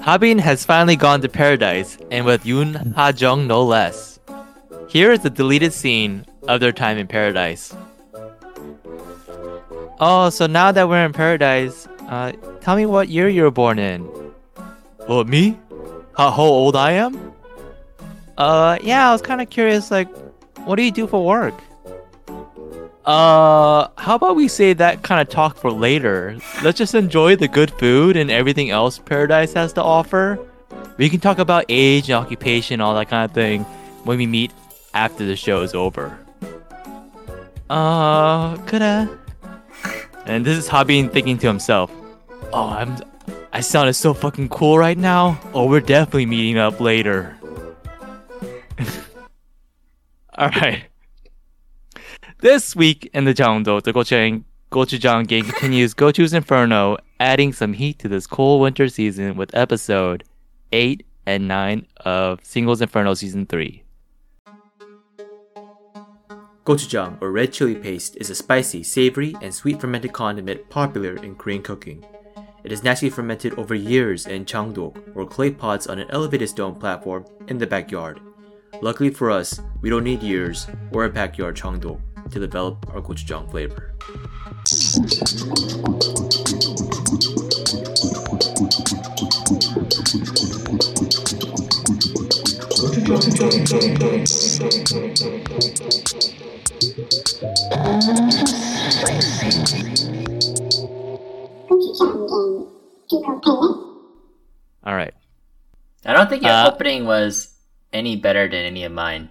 Habin has finally gone to paradise, and with Yoon Ha Jung no less. Here is the deleted scene of their time in paradise. Oh, so now that we're in paradise, uh, tell me what year you were born in. What, me? How, how old I am? Uh, yeah, I was kind of curious, like, what do you do for work? Uh, how about we say that kind of talk for later? Let's just enjoy the good food and everything else paradise has to offer. We can talk about age and occupation, all that kind of thing, when we meet after the show is over. Uh, coulda. And this is Habin thinking to himself, "Oh, I'm, I sounded so fucking cool right now. Oh, we're definitely meeting up later." all right. This week in the Jeongdo, the Gochujang Gochujang game continues Gochu's Inferno, adding some heat to this cool winter season with episode 8 and 9 of Singles Inferno season 3. Gochujang, or red chili paste, is a spicy, savory, and sweet fermented condiment popular in Korean cooking. It is naturally fermented over years in changdok, or clay pots on an elevated stone platform in the backyard. Luckily for us, we don't need years or a backyard changdok to develop our gochujang flavor. All right. I don't think your Uh, opening was any better than any of mine.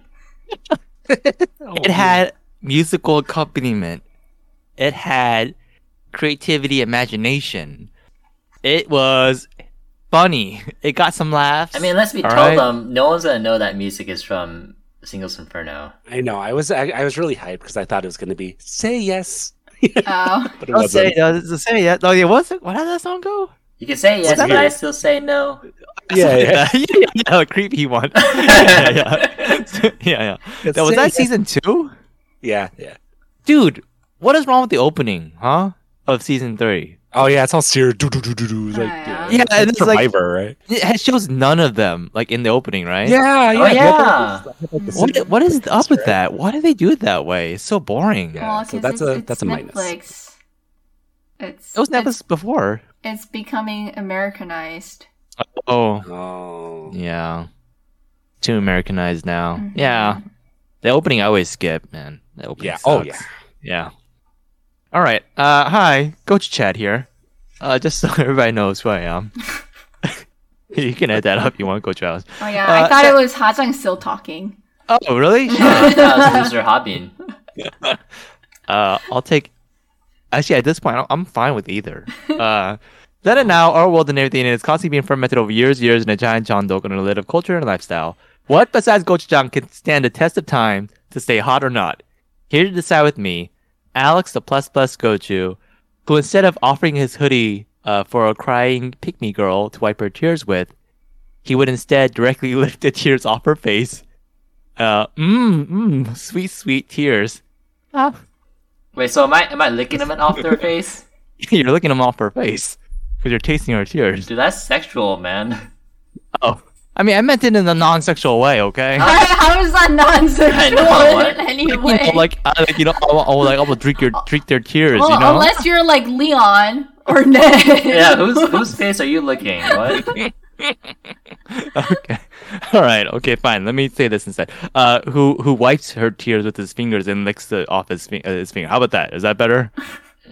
Oh, It had musical accompaniment. It had creativity, imagination. It was funny. It got some laughs. I mean, unless we All tell right. them, no one's gonna know that music is from Singles Inferno. I know. I was I, I was really hyped because I thought it was going to be "Say Yes," Oh, but it don't say wasn't. that. Don't say that. Oh, yeah, what's it? Why did that song go? You can say yes, that but I weird? still say no. Yeah, yeah. yeah, yeah, yeah, a creepy one. yeah, yeah, yeah. yeah. That, was Say that Yes. season two? Yeah, yeah. Dude, what is wrong with the opening, huh? Of season three? Oh yeah, it's all serious. Do do do do do. Like yeah. Yeah, and it's like Survivor, right? it has- shows none of them like in the opening, right? Yeah, Oh, yeah. What what is up with that? Why do they do it that way? It's so boring. Yeah, well, so 'cause that's it's, a- it's that's a minus. Netflix. It's It was never it's, before. it's becoming Americanized. Oh, Oh. yeah. Too Americanized now. Mhm. Yeah. The opening I always skip, man. The opening Yeah. Oh sucks. yeah. Yeah. All right. Uh, hi, Coach Chad here. Uh, just so everybody knows who I am. you can add that up if you want, Coach Alice. Oh yeah, Uh, I thought it was Hajang still talking. Oh, really? Uh, that was loser hobbing. Uh, I'll take. Actually, at this point, I'm- I'm fine with either. Uh, then and now, our world and everything is constantly being fermented over years, years in a giant jandok and a lid of culture and lifestyle. What besides gochujang can stand the test of time to stay hot or not? Here to decide with me, Alex the plus plus gochu, who instead of offering his hoodie uh, for a crying pick me girl to wipe her tears with, he would instead directly lift the tears off her face. Uh, mmm, mmm, sweet, sweet tears. Ah, Wait, so am I am I licking them off their face? you're looking them off her face because you're tasting her tears. Dude, that's sexual, man. Oh, I mean, I meant it in a non-sexual way, okay? How, how is that I nonsensical know, what? in any You way? know, like, I, like you know, I will, I will, like, I will drink your, drink their tears, Oh. well, you know. unless you're like Leon or Ned. Yeah, whose whose face are you licking? What? okay, all right, okay, fine. Let me say this instead. Uh, who who wipes her tears with his fingers and licks the off his, fi- uh, his finger? How about that? Is that better?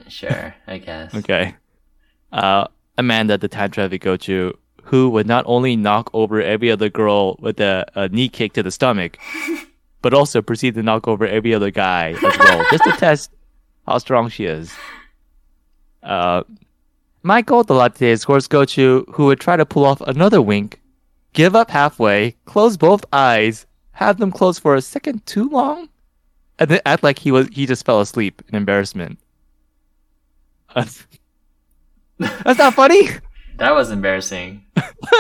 Sure, I guess. Okay. Uh, Amanda, the time traffic gochu, who would not only knock over every other girl with a, a knee kick to the stomach, but also proceed to knock over every other guy as well, just to test how strong she is. Uh, Michael, the latte scores gochu, who would try to pull off another wink, give up halfway, close both eyes, have them closed for a second too long, and then act like he was he just fell asleep in embarrassment. That's that's not funny. That was embarrassing.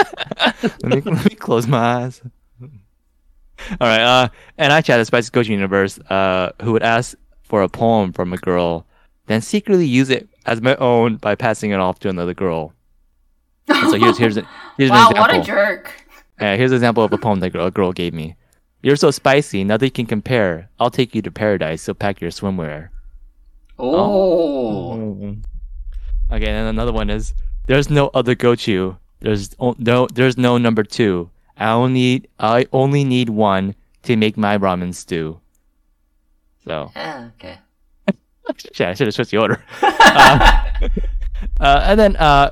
let, me, let me close my eyes. All right. Uh, and I chat a Spicy Coaching Universe, uh, who would ask for a poem from a girl, then secretly use it as my own by passing it off to another girl. And so here's here's a- here's wow, an what example. a jerk. Uh, here's an example of a poem that girl, a girl gave me. You're so spicy, nothing can compare. I'll take you to paradise, so pack your swimwear. Oh. Okay, and another one is there's no other gochu. There's o- no there's no number two. I only need I only need one to make my ramen stew. So Yeah, okay. shit, I should have switched the order. uh, uh, and then uh,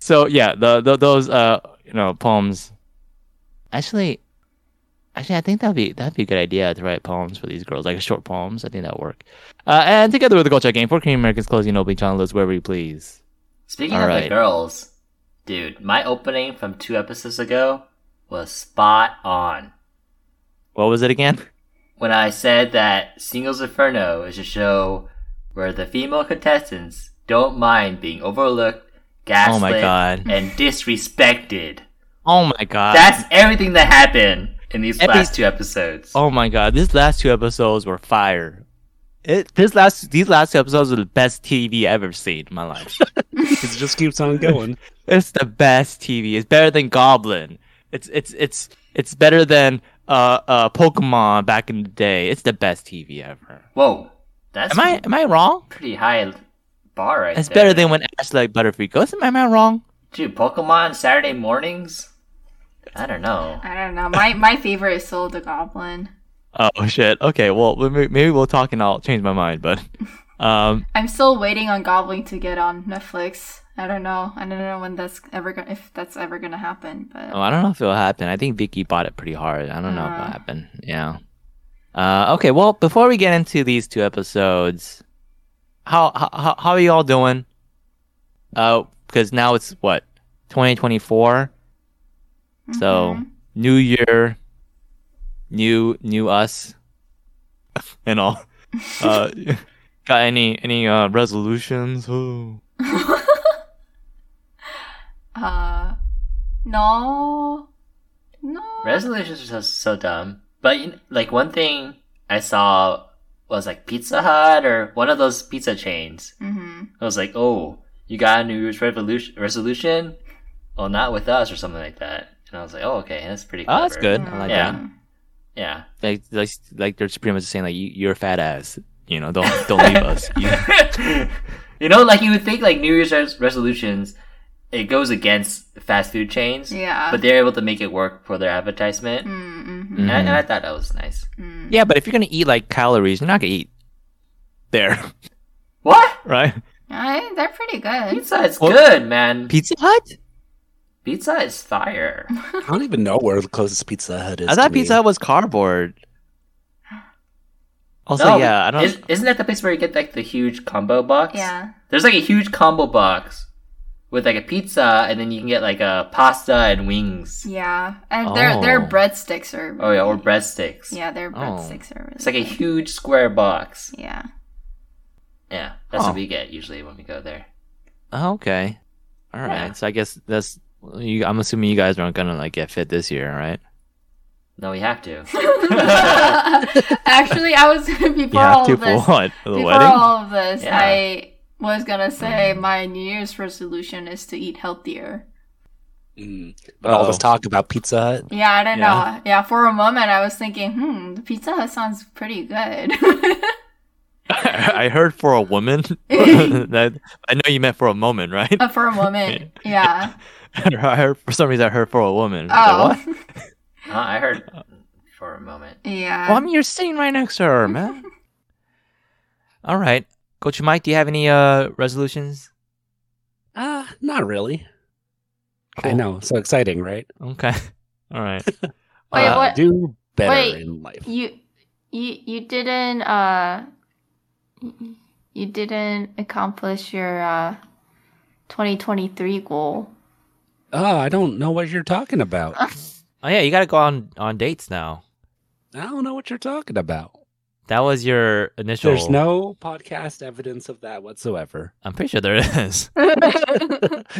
so yeah, the, the those uh you know poems. Actually, actually, I think that'd be that'd be a good idea to write poems for these girls, like short poems. I think that'd work. Uh, and together with the Culture Game for Korean Americans, closing opening channel lists wherever you please. Speaking All of right. the girls, dude, my opening from two episodes ago was spot on. What was it again? when I said that Singles Inferno is a show where the female contestants don't mind being overlooked, gaslit, Oh my God. and disrespected. Oh my god. That's everything that happened in these Epi- last two episodes. oh my god. These last two episodes were fire. It this last these last two episodes are the best TV I've ever seen in my life. It just keeps on going. it's the best TV. It's better than Goblin. It's it's it's it's better than uh uh Pokemon back in the day. It's the best TV ever. Whoa, that's Am I am I wrong? pretty high bar right It's there. better than when Ash like Butterfree goes. Am I- am I wrong? dude Pokemon Saturday mornings. I don't know. I don't know. My my favorite is Soul the Goblin. Oh shit. Okay. Well, maybe maybe we'll talk and I'll change my mind. But um, I'm still waiting on Goblin to get on Netflix. I don't know. I don't know when that's ever gonna if that's ever gonna happen. But Oh, I don't know if it'll happen. I think Vicky bought it pretty hard. I don't know if Uh. it'll happen. Yeah. Uh, okay. Well, before we get into these two episodes, how how how- how are you all doing? Uh, because now it's what 2024, so Mhm. new year, new new us, and all. Uh, got any any uh resolutions? Ooh. uh, no, no. Resolutions are so, so dumb. But you kn- like one thing I saw was like Pizza Hut or one of those pizza chains. hmm I was like, oh, you got a New Year's revolution, resolution? Well, not with us or something like that. And I was like, oh, okay, that's pretty clever. Oh, that's good. I like Yeah. that. Yeah. Like like like they're pretty much saying like you, you're a fat ass. You know, don't don't leave us. You- you know, like you would think like New Year's res- resolutions, it goes against fast food chains, Yeah. but they're able to make it work for their advertisement. Mm-hmm. And, I, and I Mm. thought that was nice. Yeah, but if you're gonna eat like calories, you're not gonna eat there, What? right? I, they're pretty good. Pizza is Well- good, man. Pizza Hut? Pizza is fire. I don't even know where the closest Pizza Hut is. I to thought me. Pizza Hut was cardboard. Also, No, yeah, I don't. Is, isn't that the place where you get like the huge combo box? Yeah. There's like a huge combo box with like a pizza, and then you can get like a pasta and wings. Yeah, and their their Oh. breadsticks are. Oh yeah, or really- breadsticks. Yeah, their breadsticks are. Really It's like a good. huge square box. Yeah. Yeah, that's Oh. what we get usually when we go there. Oh, okay, all right. Yeah. So I guess that's. You, I'm assuming you guys aren't gonna like get fit this year, right? No, we have to. Actually, I was before you have all to of this. for what? For the Before wedding? all of this, Yeah. I was gonna say my New Year's resolution is to eat healthier. Mm. But all this Uh-oh. talk about Pizza Hut. Yeah, I don't Yeah. know. Yeah, for a moment I was thinking, hmm, the Pizza Hut sounds pretty good. I heard for a woman. that I know you meant for a moment, right? But for a moment, yeah. I heard for some reason I heard for a woman. I was like, Oh, what? Huh, I heard for a moment. yeah. Well, I mean, you're sitting right next to her, man. All right, Coach Mike, do you have any uh resolutions? Uh, not really. I Cool. know. So exciting, right? Okay. All right. Wait, Uh, what? Do better Wait. in life. you you you didn't uh y- you didn't accomplish your uh 2023 goal Oh, I don't know what you're talking about. Oh yeah, you got to go on on dates now. I don't know what you're talking about. That was your initial. There's no podcast evidence of that whatsoever. I'm pretty sure there is.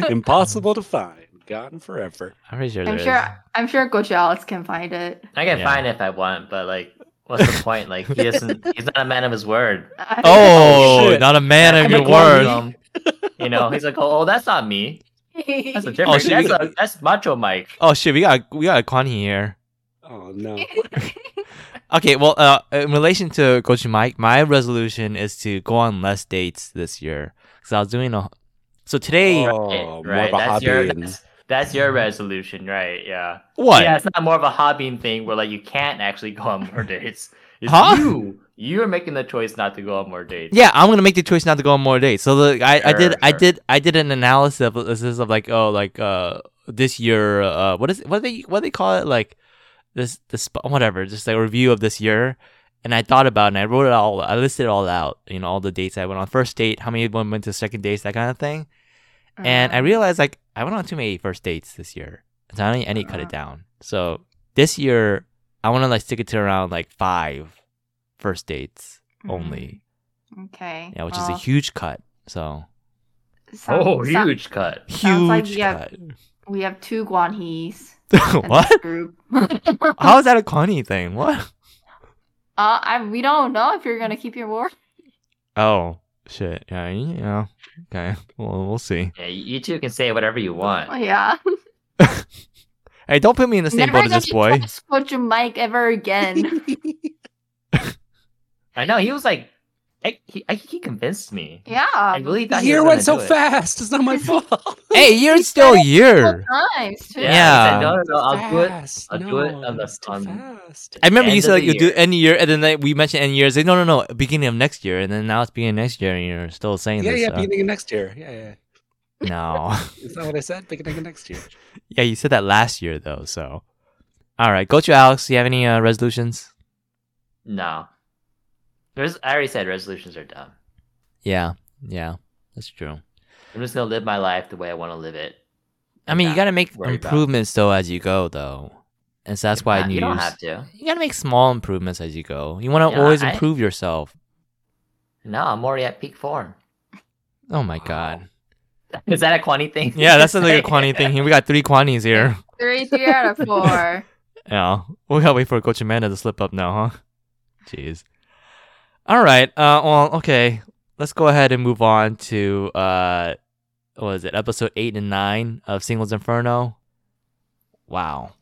Impossible to find. Gone forever. I'm pretty sure there i'm is. sure i'm sure coach alex can find it I can Yeah. find it if I want, but like, what's the point? Like, he doesn't. He's not a man of his word. I- Oh, shit. not a man I'm of your like, one word. of them. You know, he's like, oh, oh, that's not me. That's a That's different. so that's, you- a, that's Macho Mike. Oh shit, we got we got a Connie here. Oh no. Okay, well, uh, in relation to Coach Mike, my resolution is to go on less dates this year because I was doing a. So today, Oh, more right. of a That's hobby. your and- that's, that's your resolution, right? Yeah. what? Yeah, it's not more of a hobbying thing where like you can't actually go on more dates. It's Huh? you. You're making the choice not to go on more dates. Yeah, I'm gonna make the choice not to go on more dates. So the, I, I did Sure, I sure. did I did an analysis of, analysis of like oh like uh this year uh what is what they what they call it like this this whatever just like a review of this year and I thought about it and I wrote it all I listed it all out you know all the dates I went on first date how many went to second dates that kind of thing and Mm-hmm. I realized like I went on too many first dates this year so I need, I need to cut it down so this year I want to like stick it to around like five first dates only. Mm-hmm. Okay. Yeah, which is a well, huge cut. So sound- oh, sound- huge cut. huge Sounds like you have- cut. We have two Guanhees. in what? this Group. uh, How is that a Connie thing? What? I, we don't know if you're gonna keep your word. Oh shit. Yeah. You know. Okay. Well, we'll see. Yeah, you two can say whatever you want. Oh, Yeah. Hey, don't put me in the same Never boat as gonna this boy. trust Coach Mike ever again. I know he was like, I, he, I, he convinced me. yeah. I really The thought he year was went so gonna do it. fast. It's not my fault. Hey, you're still a year. Times too. Yeah. Yeah. I said, no, no, no, I'll do it. Fast. I'll no, do it on the- it's too on- fast. I remember you End said of like the you do year. end year, and then like, we mentioned end year. It's like no, no, no, beginning of next year, and then now it's beginning of next year, and you're still saying Yeah, this. yeah, uh, beginning of next year. Yeah, yeah. no. Is that what I said? Beginning of next year. yeah, you said that last year though. So, all right, go to Alex. Do you have any uh, resolutions? No. There's, I already said resolutions are dumb. Yeah, yeah, that's true. I'm just gonna live my life the way I want to live it. I mean, you Yeah, gotta make worry about. improvements though as you go, though, and so that's why Not- New Uh, you don't Year's- have to. you gotta make small improvements as you go. You want to Yeah, always I- improve yourself. No, I'm already at peak form. Oh my Wow. god. Is that a Kwani thing? Yeah, that's like a Kwani thing here. We got three Kwanis here. Three, three out of four. Yeah, we gotta wait for Coach Amanda to slip up now, huh? Jeez. All right. Uh. Well. Okay. Let's go ahead and move on to uh, what is it? Episode eight and nine of Singles Inferno. Wow.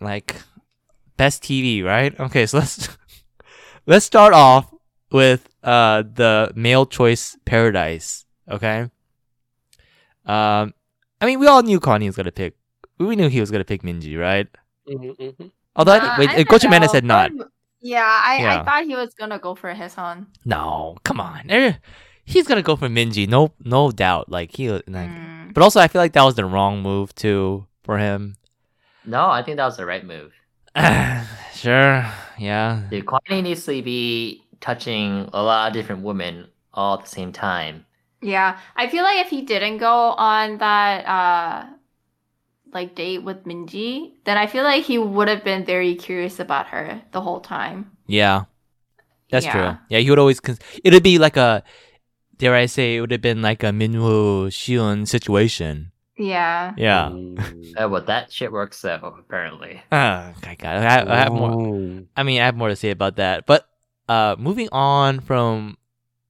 Like best TV, right? Okay. So let's let's start off with uh the male choice paradise. Okay. Um, I mean, we all knew Connie was gonna pick. We knew he was gonna pick Minji, right? Mm-hmm, Although I Uh, think, wait, I uh, don't Coach Amanda know. said not. Yeah, I, Yeah. I thought he was gonna go for Hisan. No, come on. Eh, He's gonna go for Minji, no, no doubt. Like he, like, Mm. but also I feel like that was the wrong move too for him. No, I think that was the right move. sure, yeah, Dude, Kwani needs to be touching a lot of different women all at the same time. Yeah, I feel like if he didn't go on that uh like date with Minji, then I feel like he would have been very curious about her the whole time. yeah. That's Yeah. true. Yeah, he would always. Cons- it'd be like a, dare I say, it would have been like a Minwoo Shion situation. Yeah. Yeah. Oh, well, that shit works though, apparently. Ah, okay, God, I, I have more. Oh. I mean, I have more to say about that. But uh, moving on from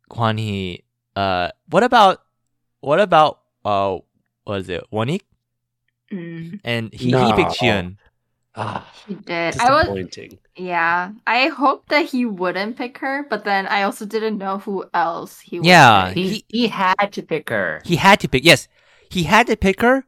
Quan Hee, uh, what about what about uh, what is it, Wanik? Mm, And he, he No. picked Xion. Ah, he did. I was disappointing. yeah. I hoped that he wouldn't pick her, but then I also didn't know who else he would Yeah, pick. He he, He- had to pick her. He had to pick. Yes, he had to pick her.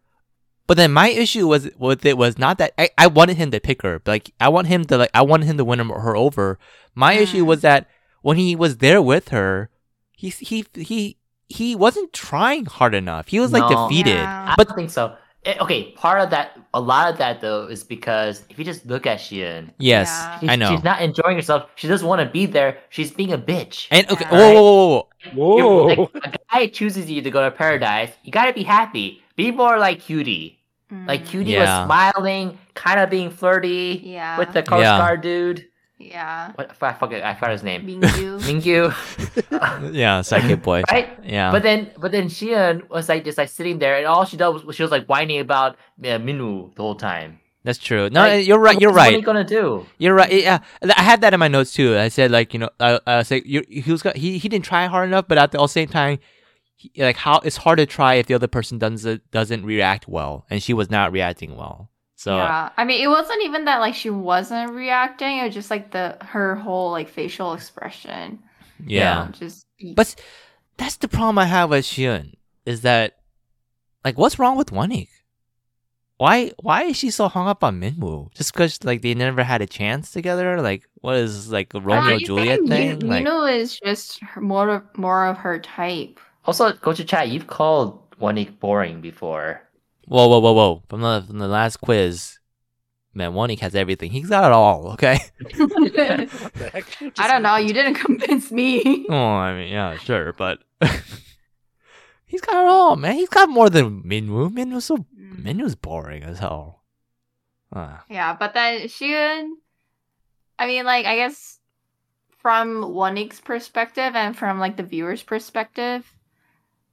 But then my issue was with it was not that I, I wanted him to pick her. But like I want him to like I wanted him to win him- her over. My issue Mm. was that when he was there with her, he he he he wasn't trying hard enough. He was like No. defeated. Yeah. I But- don't think so. Eh, okay, part of that, a lot of that though, is because if you just look at Shein, Yes, Yeah. she's, I know. she's not enjoying herself. She doesn't want to be there. She's being a bitch. And okay, Yeah. whoa, whoa, whoa, whoa. Whoa. You're- like, a guy chooses you to go to paradise. You gotta be happy. Be more like cutie. Like Mm, cutie Yeah. was smiling, kind of being flirty Yeah. with the Coast Yeah. Guard dude. yeah. What? I forget. I forgot his name. Mingyu. Mingyu, Yeah, psychic boy. right? Yeah. But then, but then Xian was like just like sitting there, and all she did was she was like whining about uh, Minwoo the whole time. that's true. No, Like, you're right. You're What are right. you gonna do? You're right. Yeah, I had that in my uh, notes too. I said like you know, I, I said you, he was go- he he didn't try hard enough, but at the all same time, he, like how it's hard to try if the other person doesn't doesn't react well, and she was not reacting well. So yeah. I mean, it wasn't even that like she wasn't reacting. It was just like the her whole like facial expression. yeah. Just But that's the problem I have with Shion is that, like, what's wrong with Wanik? Why why is she so hung up on Minwoo? Just because like they never had a chance together? Like, what is this, like the Romeo I and Juliet think thing? Yu- like, Yuno is just her- more of, more of her type. Also, go to chat. You've called Wanik boring before. whoa whoa whoa whoa! From the from the last quiz, man, Wanik has everything. He's got it all. Okay. I What the heck? Just- don't know. You didn't convince me. oh, I mean, yeah, sure, but he's got it all, man. He's got more than Minwoo. Minwoo's so Mm. Minwoo's boring as hell. Ah. Yeah, but then Shion, I mean, like, I guess from Wonig's perspective and from, like, the viewer's perspective,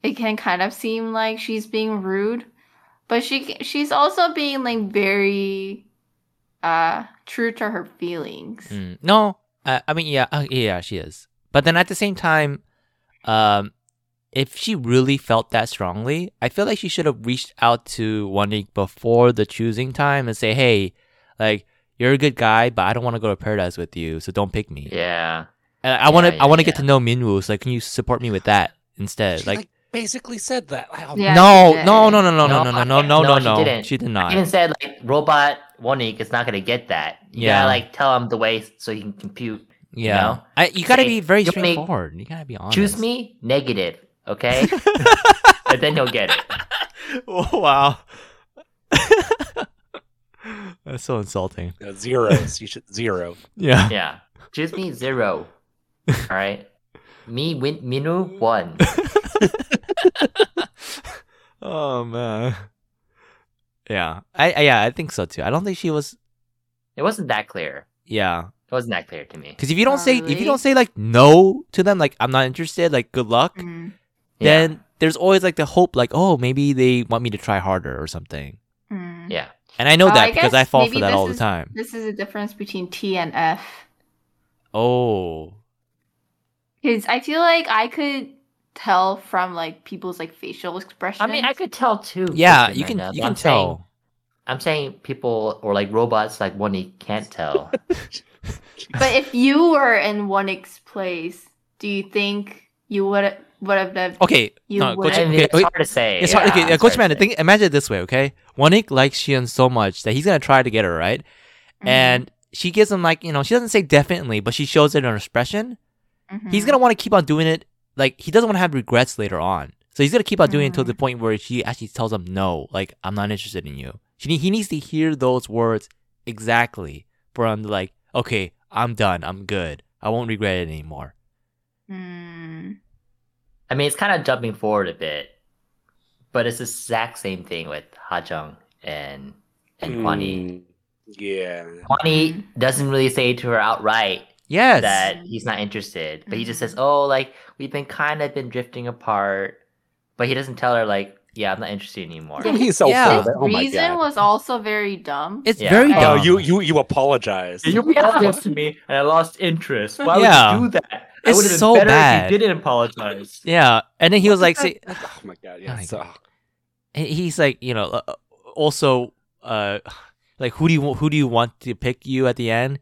it can kind of seem like she's being rude. But she she's also being, like, very uh true to her feelings. Mm, no, uh, I mean, yeah, uh, yeah, she is. But then at the same time, um, if she really felt that strongly, I feel like she should have reached out to Wanik before the choosing time and say, "Hey, like you're a good guy, but I don't want to go to paradise with you, so don't pick me. Yeah. And I want to, yeah, I yeah, want to yeah. get to know Minwoo. So like, can you support me with that instead? She, like, like, basically said that. Wow. Yeah. she no, did. no, no, no, no, no, No, no, no, okay. no, no, No, she no. didn't. She did I not. even said like robot Wanik is not gonna get that. You yeah. Yeah. Gotta like tell him the way so he can compute. yeah, know? I, you gotta Say, be very "You make- straightforward. You gotta be honest. Choose me negative, okay? and then he'll get it. oh, wow. That's so insulting. No, Uh, zeros. You should zero. Yeah. Yeah. Choose me zero. All right. Me win Minu one. oh man. Yeah. I, I yeah, I think so too. I don't think she was It wasn't that clear. yeah. It wasn't that clear to me. Cuz if you don't say if you Probably. don't say like no to them like I'm not interested, like good luck, Mm. Yeah. then there's always like the hope like oh, maybe they want me to try harder or something. Mm. yeah. And I know Oh, that I because I guess fall for maybe that this all the is- time. This is the difference between T and F. Oh. Because I feel like I could tell from, like, people's, like, facial expressions. I mean, I could tell too. Yeah, Christian, you right can now, you but can I'm saying- tell. I'm saying people or like robots like Wanik can't tell. But if you were in Wonnick's place, do you think you would would have done? Okay, You no, go would- to, I mean, okay, it's okay, hard to say. It's hard. Yeah, Okay, uh, it's Coach hard Man, to think, imagine it this way, okay? Wanik likes Shion so much that he's gonna try to get her right, Mm-hmm. and she gives him like you know she doesn't say definitely, but she shows it in her expression. Mhm. He's gonna want to keep on doing it. Like he doesn't want to have regrets later on, so he's gonna keep on doing it until Mhm. the point where she actually tells him no, like I'm not interested in you. She need- he needs to hear those words exactly for him to like okay, I'm done, I'm good, I won't regret it anymore. Mm. I mean, it's kind of jumping forward a bit, but it's the exact same thing with Hajung and and Kwani. Mm, Yeah. Kwani Mm-hmm. doesn't really say to her outright Yes. that he's not interested, but he Mm-hmm. just says, "Oh, like we've been kind of been drifting apart," but he doesn't tell her like, "Yeah, I'm not interested anymore." Yeah. He's so Yeah. full of it. Oh my Reason god. was also very dumb. it's Yeah. very Oh, dumb. you you you apologize. You apologized to me, and I lost interest. Why Yeah. would you do that? I It's would've been so better bad. If you didn't apologize. yeah, and then he was like, say, Oh my god. Oh Yeah. my so- he- he's like you know uh, also uh like who do you wa- who do you want to pick you at the end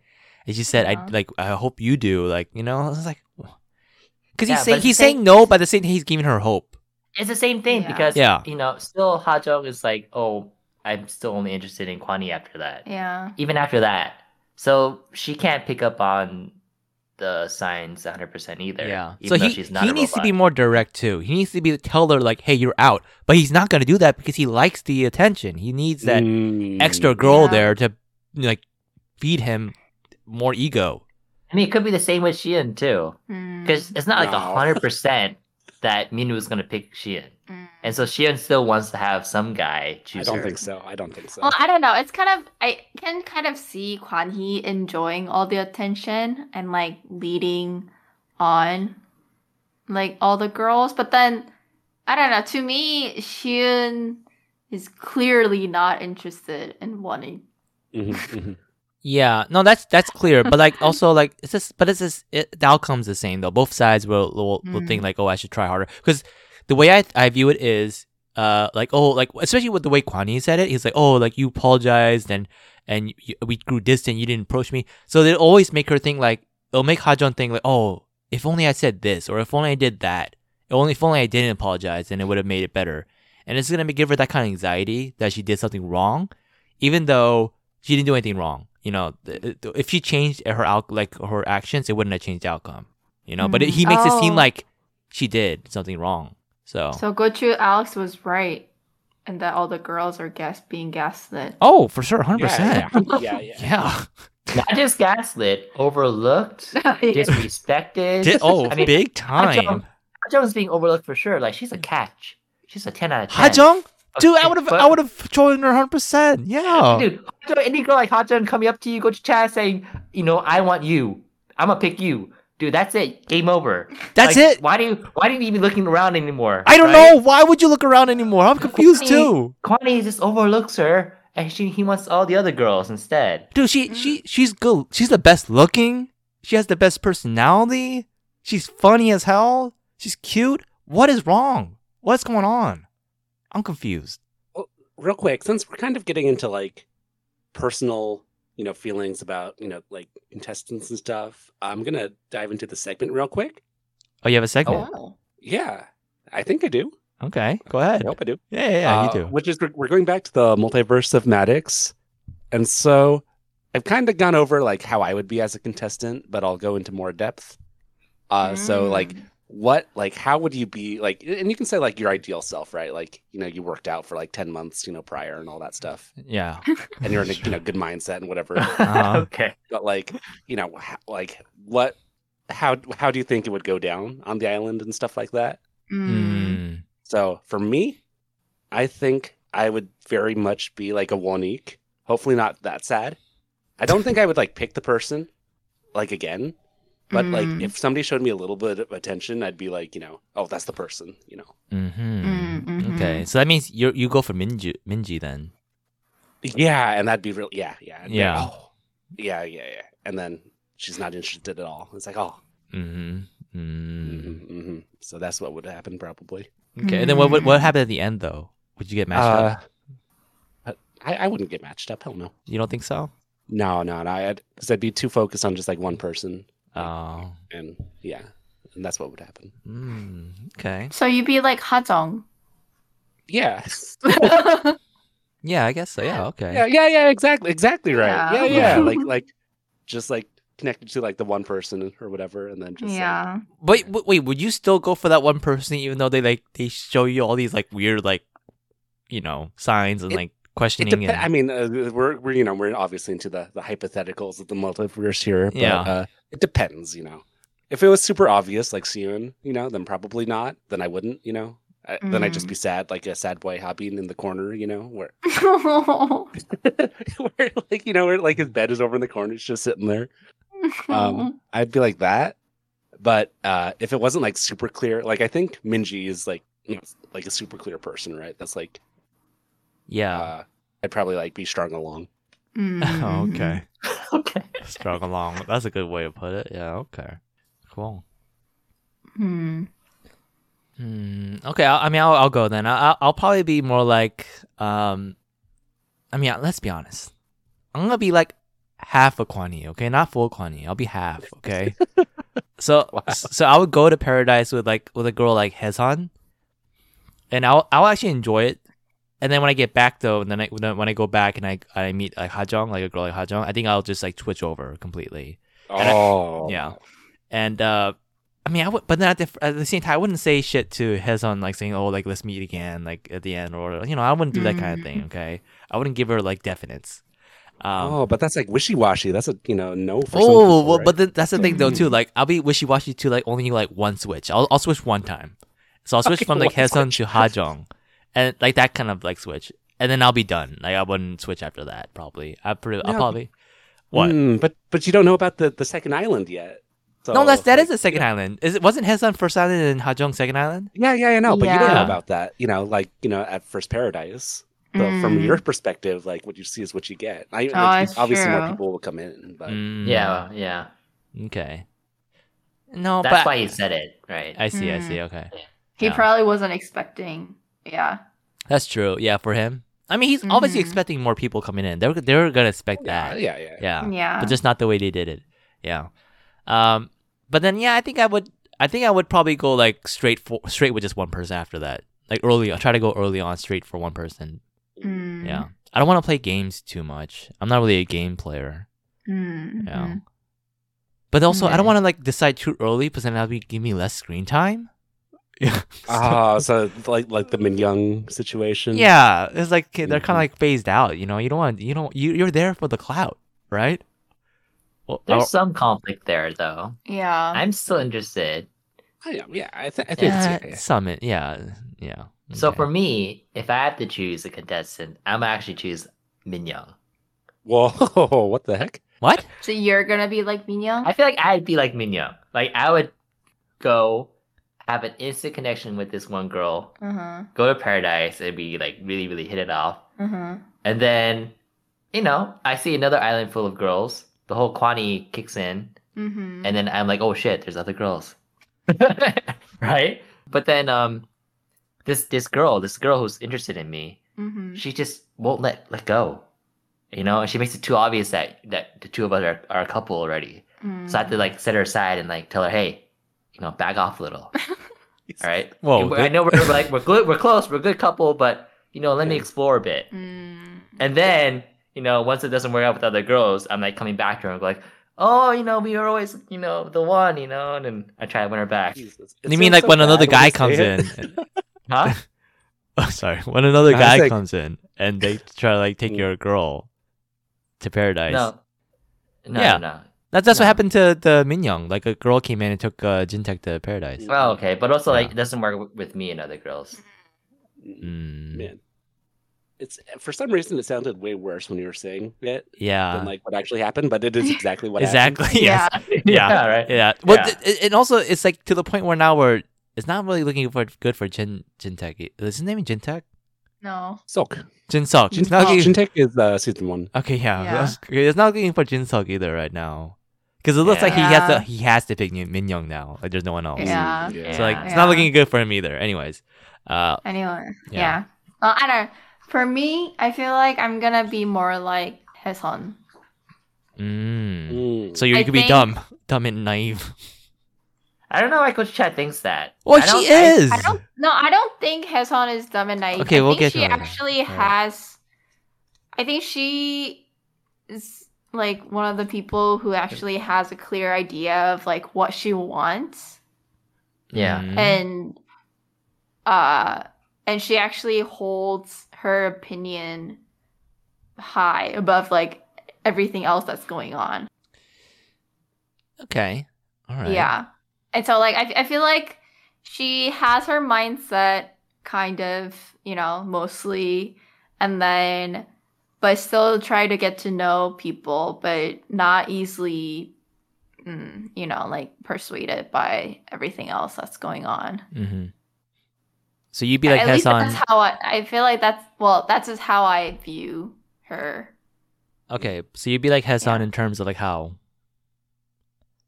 and she said Yeah. i like i hope you do like you know i was like because Yeah, he's but saying it's the he's same- saying no but at the same time he's giving her hope It's the same thing Yeah. because Yeah. you know, still Hajung is like, "Oh, I'm still only interested in Kwani after that." yeah. even after that. So she can't pick up on the signs 100% either. yeah so Even though he, she's not he a needs to robot. be more direct too he needs to be tell her like hey you're out but he's not going to do that because he likes the attention he needs that Mm. extra girl Yeah. there to like feed him more ego I mean, it could be the same with Sheehan too. Mm-hmm. Because it's not like No. a 100% that Minu is going to pick Sheehan. Mm. And so Sheehan still wants to have some guy choose I don't her. think so. I don't think so. Well, I don't know. It's kind of I can kind of see Kwan Hee enjoying all the attention and like leading on like all the girls, but then I don't know. To me, Shun is clearly not interested in wanting. Mhm, mhm. Yeah, no, that's that's clear. But like, also like, it's just, but it's just, it, the outcome's the same though. Both sides will will, will think like, oh, I should try harder because the way I I view it is uh like oh like especially with the way Kwan Yin said it, he's like oh like you apologized and and you, we grew distant, you didn't approach me. So they always make her think like it'll make Hajun think like oh if only I said this or if only I did that, only if only I didn't apologize, then it would have made it better. And it's gonna give her that kind of anxiety that she did something wrong, even though she didn't do anything wrong. You know, th- th- if she changed her out like her actions, it wouldn't have changed the outcome. You know, but it, Mm. he makes it seem Mm-hmm. Oh. like she did something wrong. So, So Gochu Alex was right, and that all the girls are gas being gaslit. oh, for sure, hundred Yeah, percent. mm-hmm. yeah, yeah. yeah. Yeah. Not just gaslit, overlooked, disrespected. Did- oh, I mean, big time. Hajung's being overlooked for sure. Like she's a catch. She's a ten out of ten. Hajong, dude, I Okay, would have, but- I would have chosen her hundred percent. Yeah. Dude, Hajung- any girl like Hajun coming up to you, go to chat saying, you know, I want you. I'm gonna pick you. Dude, that's it. Game over. That's Like, it. Why do you why do you even looking around anymore? I don't right? know. Why would you look around anymore? I'm confused Kwani- too. Kwani just overlooks her and she he wants all the other girls instead. Dude, she she she's good. She's the best looking. She has the best personality. She's funny as hell. She's cute. What is wrong? What's going on? I'm confused. Real quick, since we're kind of getting into like personal, you know, feelings about you know like contestants and stuff, I'm gonna dive into the segment real quick. Oh, you have a segment? Oh. Yeah, I think I do. Okay, go ahead. I hope I do. Yeah, yeah, yeah Uh, you do. Which is we're, we're going back to the multiverse of Maddox, and so I've kind of gone over like how I would be as a contestant, but I'll go into more depth. Uh, So Mm. like what like how would you be like and you can say like your ideal self right like you know you worked out for like 10 months you know prior and all that stuff Yeah. and you're in a you know good mindset and whatever Uh-huh. okay. but like you know how, like what how how do you think it would go down on the island and stuff like that Mm. Mm. so for me, I think I would very much be like a Wonik. Hopefully not that sad. I don't think I would like pick the person like again. But like Mm. if somebody showed me a little bit of attention, I'd be like, you know, oh that's the person, you know. Mm-hmm. Mm, mhm. Okay, so that means you you go for Minji Minji then. Yeah, and that'd be real yeah, yeah. I'd be like, Yeah. oh, yeah, yeah, yeah. And then she's not interested at all. It's like, oh Mm-hmm. Mm. mhm, mhm. so that's what would happen probably. Okay, and then what, what what happened at the end though? Would you get matched up? Uh, I, I wouldn't get matched up, hell no. You don't think so? No, no, no. I'd because I'd be too focused on just like one person. Oh. and yeah, and that's what would happen. Mm. Okay. So you'd be like Hajong. Yeah, Yeah, I guess so. Yeah. Okay. yeah, yeah, yeah. Exactly, exactly right. Yeah, Yeah. Yeah. yeah. like, like, just like connected to like the one person or whatever, and then just yeah. yeah. Wait, wait, wait, would you still go for that one person even though they like they show you all these like weird like you know signs and It- like It questioning? depends. and... I mean, uh, we're we're you know we're obviously into the the hypotheticals of the multiverse here, but Yeah. uh, it depends. You know, if it was super obvious, like Seon, you know, then probably not. Then I wouldn't. You know, I, then I'd just Mm. be sad, like a sad boy hopping in the corner. You know, where um, where like you know where like his bed is over in the corner, it's just sitting there. um, I'd be like that. But uh, if it wasn't like super clear, like I think Minji is like you know, like a super clear person, right? That's like yeah. uh, I'd probably like be strung along. Mm. Oh, okay. Okay. Strong along. That's a good way to put it. Yeah. Okay. Cool. Hmm. Hmm. Okay. I, I mean, I'll, I'll go then. I, I'll, I'll probably be more like, um, I mean, let's be honest. I'm gonna be like half a Kwani, okay? Not full Kwani. I'll be half, okay? so, so I would go to paradise with like with a girl like Hezan, and I'll I'll actually enjoy it. And then when I get back though, and then I, when I- when I go back and I I meet like Hajong, like a girl like Hajong, I think I'll just like switch over completely. And I- Oh, Yeah. And uh I mean, I would, but then at the, at the same time, I wouldn't say shit to Hezon like saying, "Oh, like let's meet again," like at the end, or you know, I wouldn't do that kind of thing. Okay, I wouldn't give her like definites. Um, oh, but that's like wishy washy. That's a you know no. For some oh, people, well, right? Mm. but then that's the thing though too. Like, I'll be wishy washy to like only like one switch. I'll I'll switch one time, so I'll switch Okay, from like one Hezon to Hajong, and like that kind of like switch, and then I'll be done. Like, I wouldn't switch after that. Probably, I pretty, I'll No. probably what? Mm, but but you don't know about the the second island yet. So, no, that's that like- is the second island. Is it wasn't Hezon first island and Hajong second island? Yeah, yeah, I know, but you don't know Yeah. about that. You know, like you know, at first paradise. So from Mm. your perspective, like what you see is what you get. I, like, that's obviously, more true. people will come in, but Oh, Mm, Yeah, yeah. Okay. No, That's but Hmm. why he said it, right? I see. I see. Mm. Okay. He Yeah. probably wasn't expecting. Yeah. That's true. Yeah, for him. I mean, he's obviously Mhm. expecting more people coming in. They're they're gonna expect Yeah, that. yeah, yeah. yeah. Yeah. but just not the way they did it. Yeah. Um, but then yeah, I think I would. I think I would probably go like straight for straight with just one person after that. Like early, I try to go early on straight for one person. Mm. Yeah. I don't want to play games too much. I'm not really a game player. Mm. Yeah. But also, I don't Okay. want to like decide too early because then that'll be give me less screen time. Yeah. So- Ah, so like like the Min Young situation. yeah. It's like okay, they're Mm-hmm. kind Mhm. of like phased out. You know, you don't want you don't you you're there for the clout, right? Well, oh, There's or- some conflict there, though. Yeah. I'm still interested. I am, yeah. I, th- I yeah, think it's, yeah, yeah. uh, summit. Yeah. Yeah. So okay. for me, if I had to choose a contestant, I'm gonna actually choose Min Young. Whoa, what the heck? what? So you're gonna be like Minyang? I feel like I'd be like Min Young. Like I would go have an instant connection with this one girl, Uh huh. go to paradise, and be like really, really hit it off. Uh huh. And then, you know, I see another island full of girls. The whole Kwani kicks in, Mm-hmm. and then I'm like, oh shit, there's other girls, right? But then, um, this this girl, this girl who's interested in me, mm-hmm. she just won't let let go. You know, and she makes it too obvious that that the two of us are, are a couple already. So I have to like set her aside and like tell her, hey, you know, back off a little. All right. Whoa, And we're- I that- know we're like we're good, we're close, we're a good couple, but you know, let me explore a bit. Mm. And then you know, once it doesn't work out with other girls, I'm like coming back to her and like, oh, you know, we were always you know the one, you know, and then I try to win her back. Jesus. It You mean like sounds so when bad another guy you comes say it. in? Huh? oh, sorry. When another I was guy like- comes in and they try to like take your girl to paradise. Mm. No. No, Yeah. no. That's that's what No. happened to the Minyoung. Like a girl came in and took uh, Jintech to paradise. Yeah. Well, Oh, okay, but also like Yeah. it doesn't work w- with me and other girls. Mm. Man, it's for some reason it sounded way worse when you were saying it Yeah. than like what actually happened, but it is exactly what exactly. Yeah. Yes. Yeah. right. Yeah. Well, Yeah. th- and also it's like to the point where now we're it's not really looking for good for Jin Jintech. Is his name Jintech? No. Silk. Jinseok. It's not Jinseok. looking- Shintake is uh, season one. Okay, yeah, Yeah. that's- it's not looking for Jinseok either right now, because it looks like he has to Yeah. he has to pick Min Young now. Like there's no one else. Yeah. Mm, Yeah. So like it's Yeah. not looking good for him either. Anyways, uh, Anyway. Yeah. Yeah. Well, I don't. For me, I feel like I'm gonna be more like Heson. mm. Mm. so you I could be think- dumb, dumb and naive. I don't know why Coach Chad thinks that. Well, I don't- she I- is. I don't. No, I don't think Heson is dumb and naive. Okay, I we'll get think to she it later. actually Yeah. has. I think she is like one of the people who actually has a clear idea of like what she wants. Yeah. Mm. and uh and she actually holds her opinion high above like everything else that's going on okay, all right. yeah and so like I, I feel like she has her mindset kind of you know mostly and then but still try to get to know people but not easily mm, you know like persuaded by everything else that's going on hmm So you'd be like at least Hesan. that's how I, I feel like that's well that's just how i view her okay, so you'd be like Hesan Yeah. in terms of like how.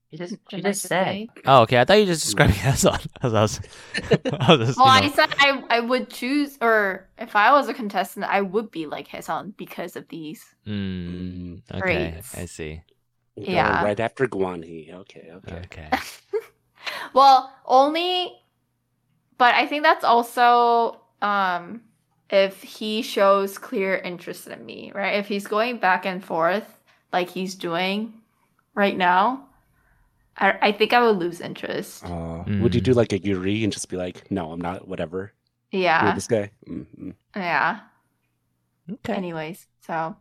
She just, she just said. Oh, okay. I thought you just described Hesan. As I was, I was just, you well know. i said I, I would choose or if i was a contestant i would be like Hesan because of these Mm, Mm. okay, Great. I see. Go Yeah. Right after Guanhi. Okay. Okay. Okay. well only but i think that's also um if he shows clear interest in me right if he's going back and forth like he's doing right now i, I think i would lose interest Uh, Would you Mm. do like a Yuri and just be like, no, I'm not, whatever. You're Uh. yeah this guy. mm yeah okay. anyways so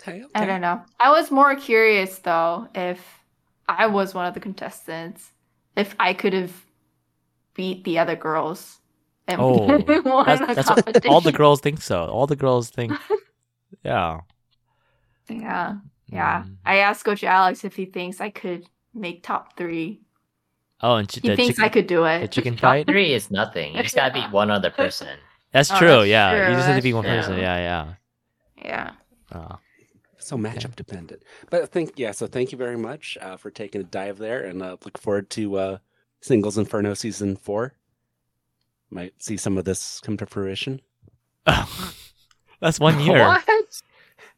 Okay. okay. I don't know. I was more curious though if I was one of the contestants, if I could have beat the other girls. And Oh, won That's, the that's what all the competition. girls think so. All the girls think. Yeah. Yeah, yeah. Mm. I asked Coach Alex if he thinks I could make top three. Oh, and chi- He the thinks chicken, I could do the it. chicken Top fight. three is nothing. You just gotta beat one other person. That's Oh, true. that's yeah, you true, just have to that's be one true. person. Yeah, Yeah. yeah. Oh. So matchup dependent. But I think, yeah, so thank you very much uh, for taking a dive there and uh, look forward to uh, Singles Inferno season four. might see some of this come to fruition. That's one year. What?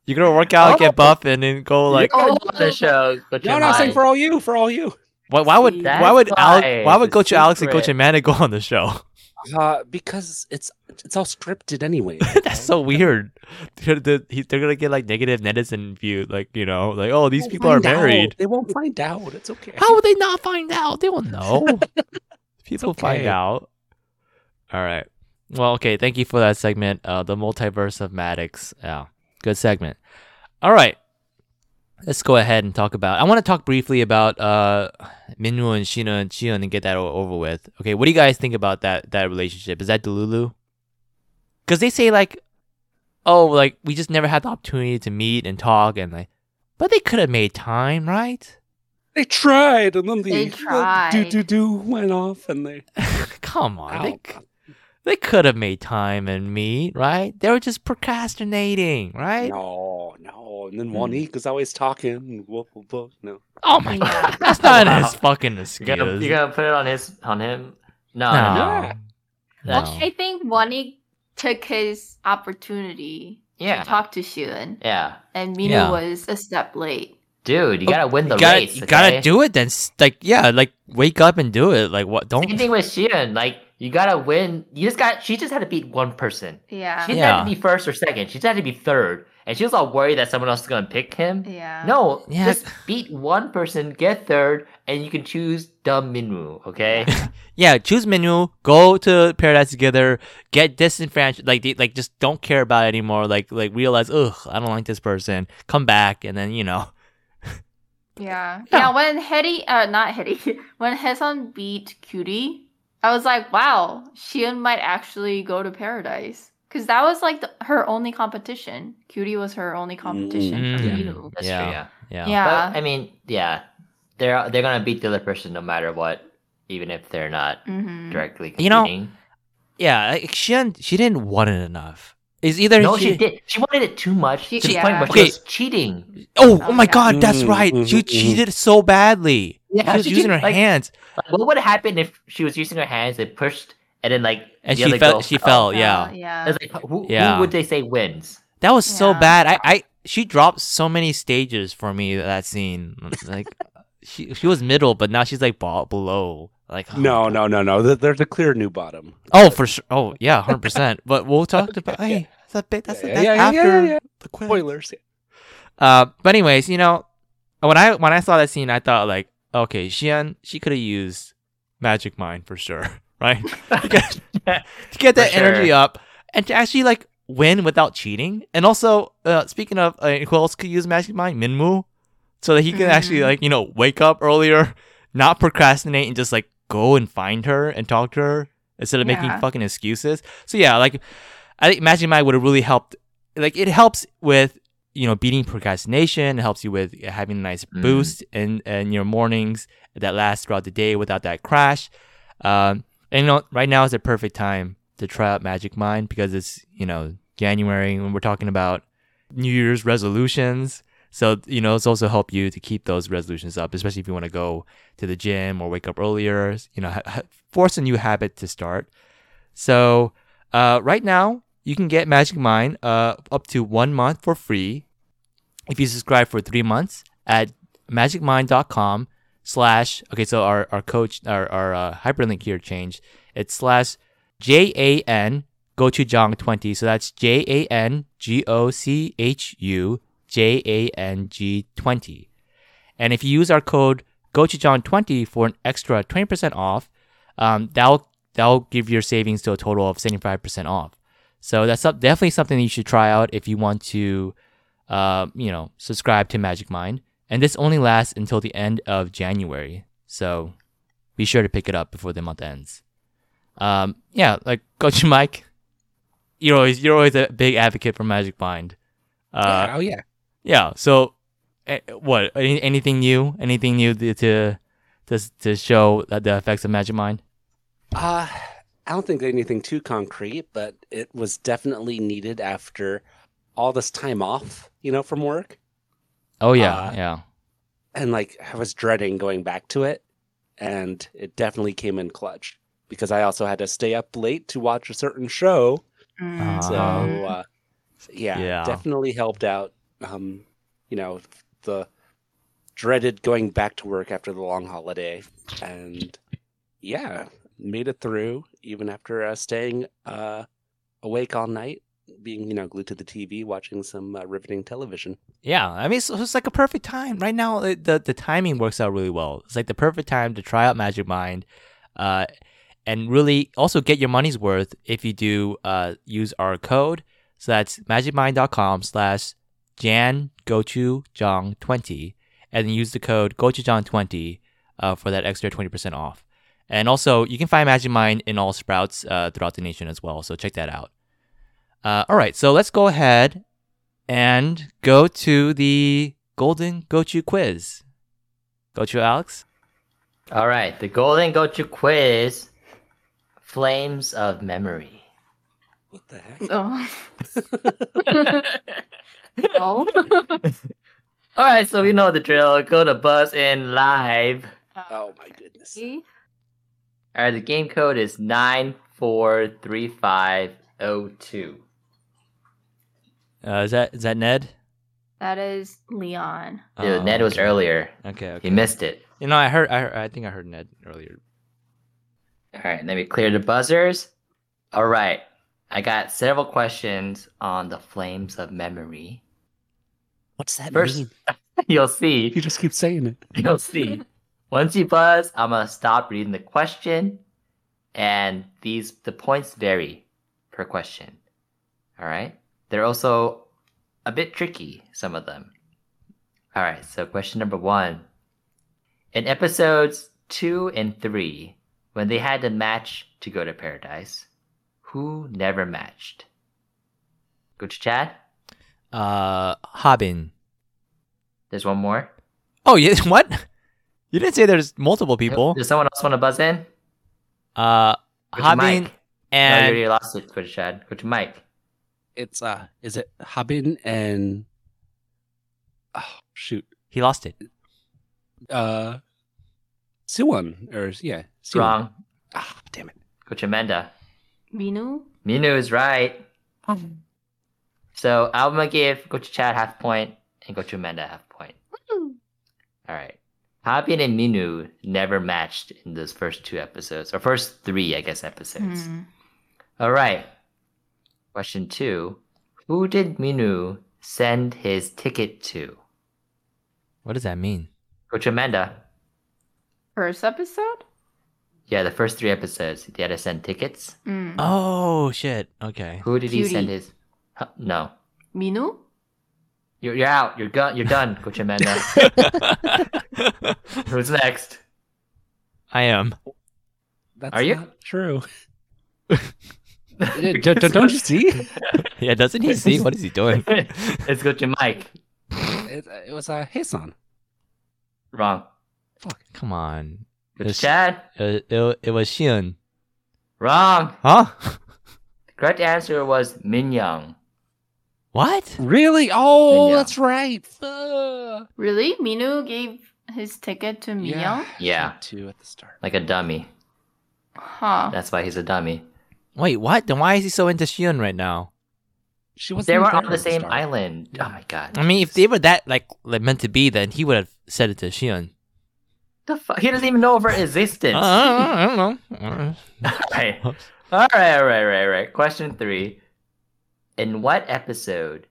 You're gonna work out, get buff, and then go like. oh, the show. Coach No, no, I'm saying Amai. for all you, for all you. Why, why would That's why would why Alec, why would it's a Coach Alex and Coach secret. Amanda go on the show? Uh, because it's it's all scripted anyway. That's so weird. They're, they're, he- they're gonna get like negative netizen view, like you know, like oh these They'll people are find out. married. They won't find out. It's okay. How would they not find out? They will know. people find okay. out. All right. Well, okay. Thank you for that segment. Uh, the multiverse of Maddox. Yeah, good segment. All right. Let's go ahead and talk about. I want to talk briefly about uh, Minwoo and Shino and Chion and get that o- over with. Okay, what do you guys think about that that relationship? Is that Delulu? Because they say like, oh, like we just never had the opportunity to meet and talk and like, but they could have made time, right? They tried, and then the They do tried. do do went off, and they. Come on, they, Ow. c- they could have made time and meet, right? They were just procrastinating, right? No, no, and then Monique is always talking. and Whoop, whoop, whoop. No, Oh my Yeah. god, that's not Wow. his fucking You're excuse. gonna, you're gonna put it on his on him. No, no, no. no. Yeah. That's- I think Wani took his opportunity yeah, to talk to Shun, yeah, and Mina Yeah. was a step late. dude, you gotta win the You gotta, race. you gotta okay? do it then. S- Like, yeah, like wake up and do it. Like, what? Don't. Same thing with Sheehan. Like you gotta win. You just got. She just had to beat one person. Yeah. She didn't Yeah. have to be first or second. She just had to be third. And she was all worried that someone else is gonna pick him. yeah. No, Yeah. just beat one person, get third, and you can choose dumb Minwoo. Okay. Yeah, choose menu. Go to paradise together. Get disenfranchised. Like, they, like just don't care about it anymore. Like, like realize, ugh, I don't like this person. Come back, and then you know. Yeah. Yeah. Yeah. when Hetty, uh, not Hetty, when Hesun beat Cutie, I was like, wow, Shion might actually go to paradise. Because that was like the, her only competition. Cutie was her only competition. Mm. for Yeah. Minwoo. That's Yeah. true. Yeah. Yeah. Yeah. But I mean, yeah, they're they're gonna beat the other person no matter what, even if they're not Mhm. directly competing. You know, Yeah, like, she didn't, she didn't want it enough. Is either no, she, she, did. She wanted it too much She- to the yeah. point where Okay. she was cheating. Oh, oh Oh, my yeah. God, that's Mm, right. She mhm, she mhm. did it so badly. Yeah, she was she using did, her like- hands Like, what would happen if she was using her hands and pushed, and then like and the she other fell. girl She fell. oh, Yeah, Uh, yeah. It's like, who, Yeah. who would they say wins? that was so Yeah. bad. I, I she dropped so many stages for me that scene. Like she she was middle, but now she's like ball, below. Like oh my no, God. no, no, no. There- There's a clear new bottom. Oh for sure. Oh yeah, hundred percent. But we'll talk about. Hey, that's a bit. That's, a, Yeah, that's yeah, yeah, after yeah, yeah. the quiz. Spoilers. Uh, but anyways, you know, when I when I saw that scene, I thought like, okay, Xian, she could have used magic mind for sure, right? to get, to get that For sure. energy up and to actually like win without cheating. And also, uh, speaking of uh, who else could use magic mind, Minmu, so that he can actually Mhm. like you know wake up earlier, not procrastinate, and just like go and find her and talk to her instead of making Yeah. fucking excuses. So yeah, like I think Magic Mind would have really helped. Like it helps with you know beating procrastination. It helps you with uh, having a nice Mm. boost and and your mornings that last throughout the day without that crash. Um, and you know, right now is the perfect time to try out Magic Mind because it's you know January when we're talking about New Year's resolutions. So you know it's also help you to keep those resolutions up, especially if you want to go to the gym or wake up earlier. You know, ha- ha- force a new habit to start. So uh, right now, you can get Magic Mind uh, up to one month for free if you subscribe for three months at magicmind.com slash, okay, so our, our coach, our, our uh, hyperlink here changed. It's slash J-A-N gochujang20. So that's J-A-N-G-O-C-H-U J-A-N-G 20. And if you use our code gochujang20 for an extra 20% off, um, that'll that'll give your savings to a total of 75% off. So that's up, definitely something you should try out if you want to, uh, you know, subscribe to Magic Mind. And this only lasts until the end of January. So be sure to pick it up before the month ends. Um, yeah, like Coach Mike, you're always you're always a big advocate for Magic Mind. Uh, Yeah, oh yeah. yeah. So, eh, what? Any, anything new? Anything new to to to, to show that the effects of Magic Mind? Uh, I don't think anything too concrete, but it was definitely needed after all this time off, you know, from work. Oh yeah, Uh, yeah. And like, I was dreading going back to it, and it definitely came in clutch. because I also had to stay up late to watch a certain show. Mm. So Uh-huh. uh, yeah, Yeah. definitely helped out. Um, you know, the dreaded going back to work after the long holiday, and yeah, made it through even after uh, staying uh, awake all night, being you know glued to the TV, watching some uh, riveting television. Yeah, I mean, it's, it's like a perfect time right now. It, the the timing works out really well. It's like the perfect time to try out Magic Mind, uh, and really also get your money's worth if you do uh, use our code. So that's magicmind.com slash Jan Gochujang twenty, and then use the code Gochujang twenty uh, for that extra twenty percent off. And also, you can find Magic Mind in all Sprouts uh, throughout the nation as well. So check that out. Uh, all right, so let's go ahead and go to the Golden Gochu quiz. Gochu Alex? All right, the Golden Gochu quiz Flames of Memory. What the heck? Oh. All right, so we know the drill. Go to Buzz in live. Oh my goodness! All right, the game code is 943502. Uh, is that is that Ned? That is Leon. Dude, Oh, Ned was okay. earlier. Okay, He okay. missed it. You know, I heard, I heard, I think I heard Ned earlier. All right, let me clear the buzzers. All right, I got several questions on the flames of memory. What's that First- mean? You'll see. You just keep saying it. You'll see. Once you buzz, I'm gonna stop reading the question, and these the points vary per question. All right. They're also a bit tricky. Some of them. All right. So question number one. In episodes two and three, when they had to match to go to paradise, who never matched? Go to Chad. Uh, Hobin. There's one more. Oh, yeah, what? You didn't say there's multiple people. Does someone else want to buzz in? Uh, Go to Hobin Mike. no, you and already lost it, Twitch Chad. Go to Mike. It's uh, is it Habin and? Oh shoot, he lost it. uh, Siwon or yeah, Siwon. Wrong. Ah, damn it. Go to Amanda. Minu? Minu is right. So I'm gonna give go to Chad half point and go to Amanda half point. Woo. All right. Habian and Minu never matched in those first two episodes, or first three, I guess, episodes. Hmm. All right. Question two: Who did Minu send his ticket to? What does that mean? Go to Amanda. First episode? Yeah, the first three episodes, they had to send tickets. Mm. Oh shit. Okay. Who did he Cutie. send his? Huh, no, Minu? you're, you're out. You're done. You're done. Go to Amanda. Who's next? I am. That's Are you? not true? Yeah, don't, don't- don't you see? Yeah, doesn't he see? What is he doing? Let's go to Mike. It, it was uh, Heisan. Wrong. Come on. Go It's- to Chad. It, it, it was Shion. Wrong. Huh? The correct answer was Minyoung. What? Really? Oh, Yeah. that's right. Fuh. Really? Minu gave his ticket to Miyoung? Yeah. Yeah, Two at the start. like a dummy. Huh. That's why he's a dummy. Wait, what? Then why is he so into Shion right now? She was. They were on the same island. Oh my god. I mean, if they were that like, like meant to be, then he would have said it to Shion. the fuck? He doesn't even know of her existence. Uh-huh. I don't know. I don't know. Alright. Alright, alright, alright, alright. Question three. In what episode